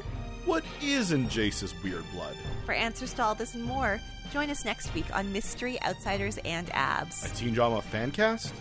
[SPEAKER 1] What is in Jace's weird blood?
[SPEAKER 2] For answers to all this and more, join us next week on Mystery Outsiders and
[SPEAKER 1] A
[SPEAKER 2] Abs.
[SPEAKER 1] teen drama fan cast?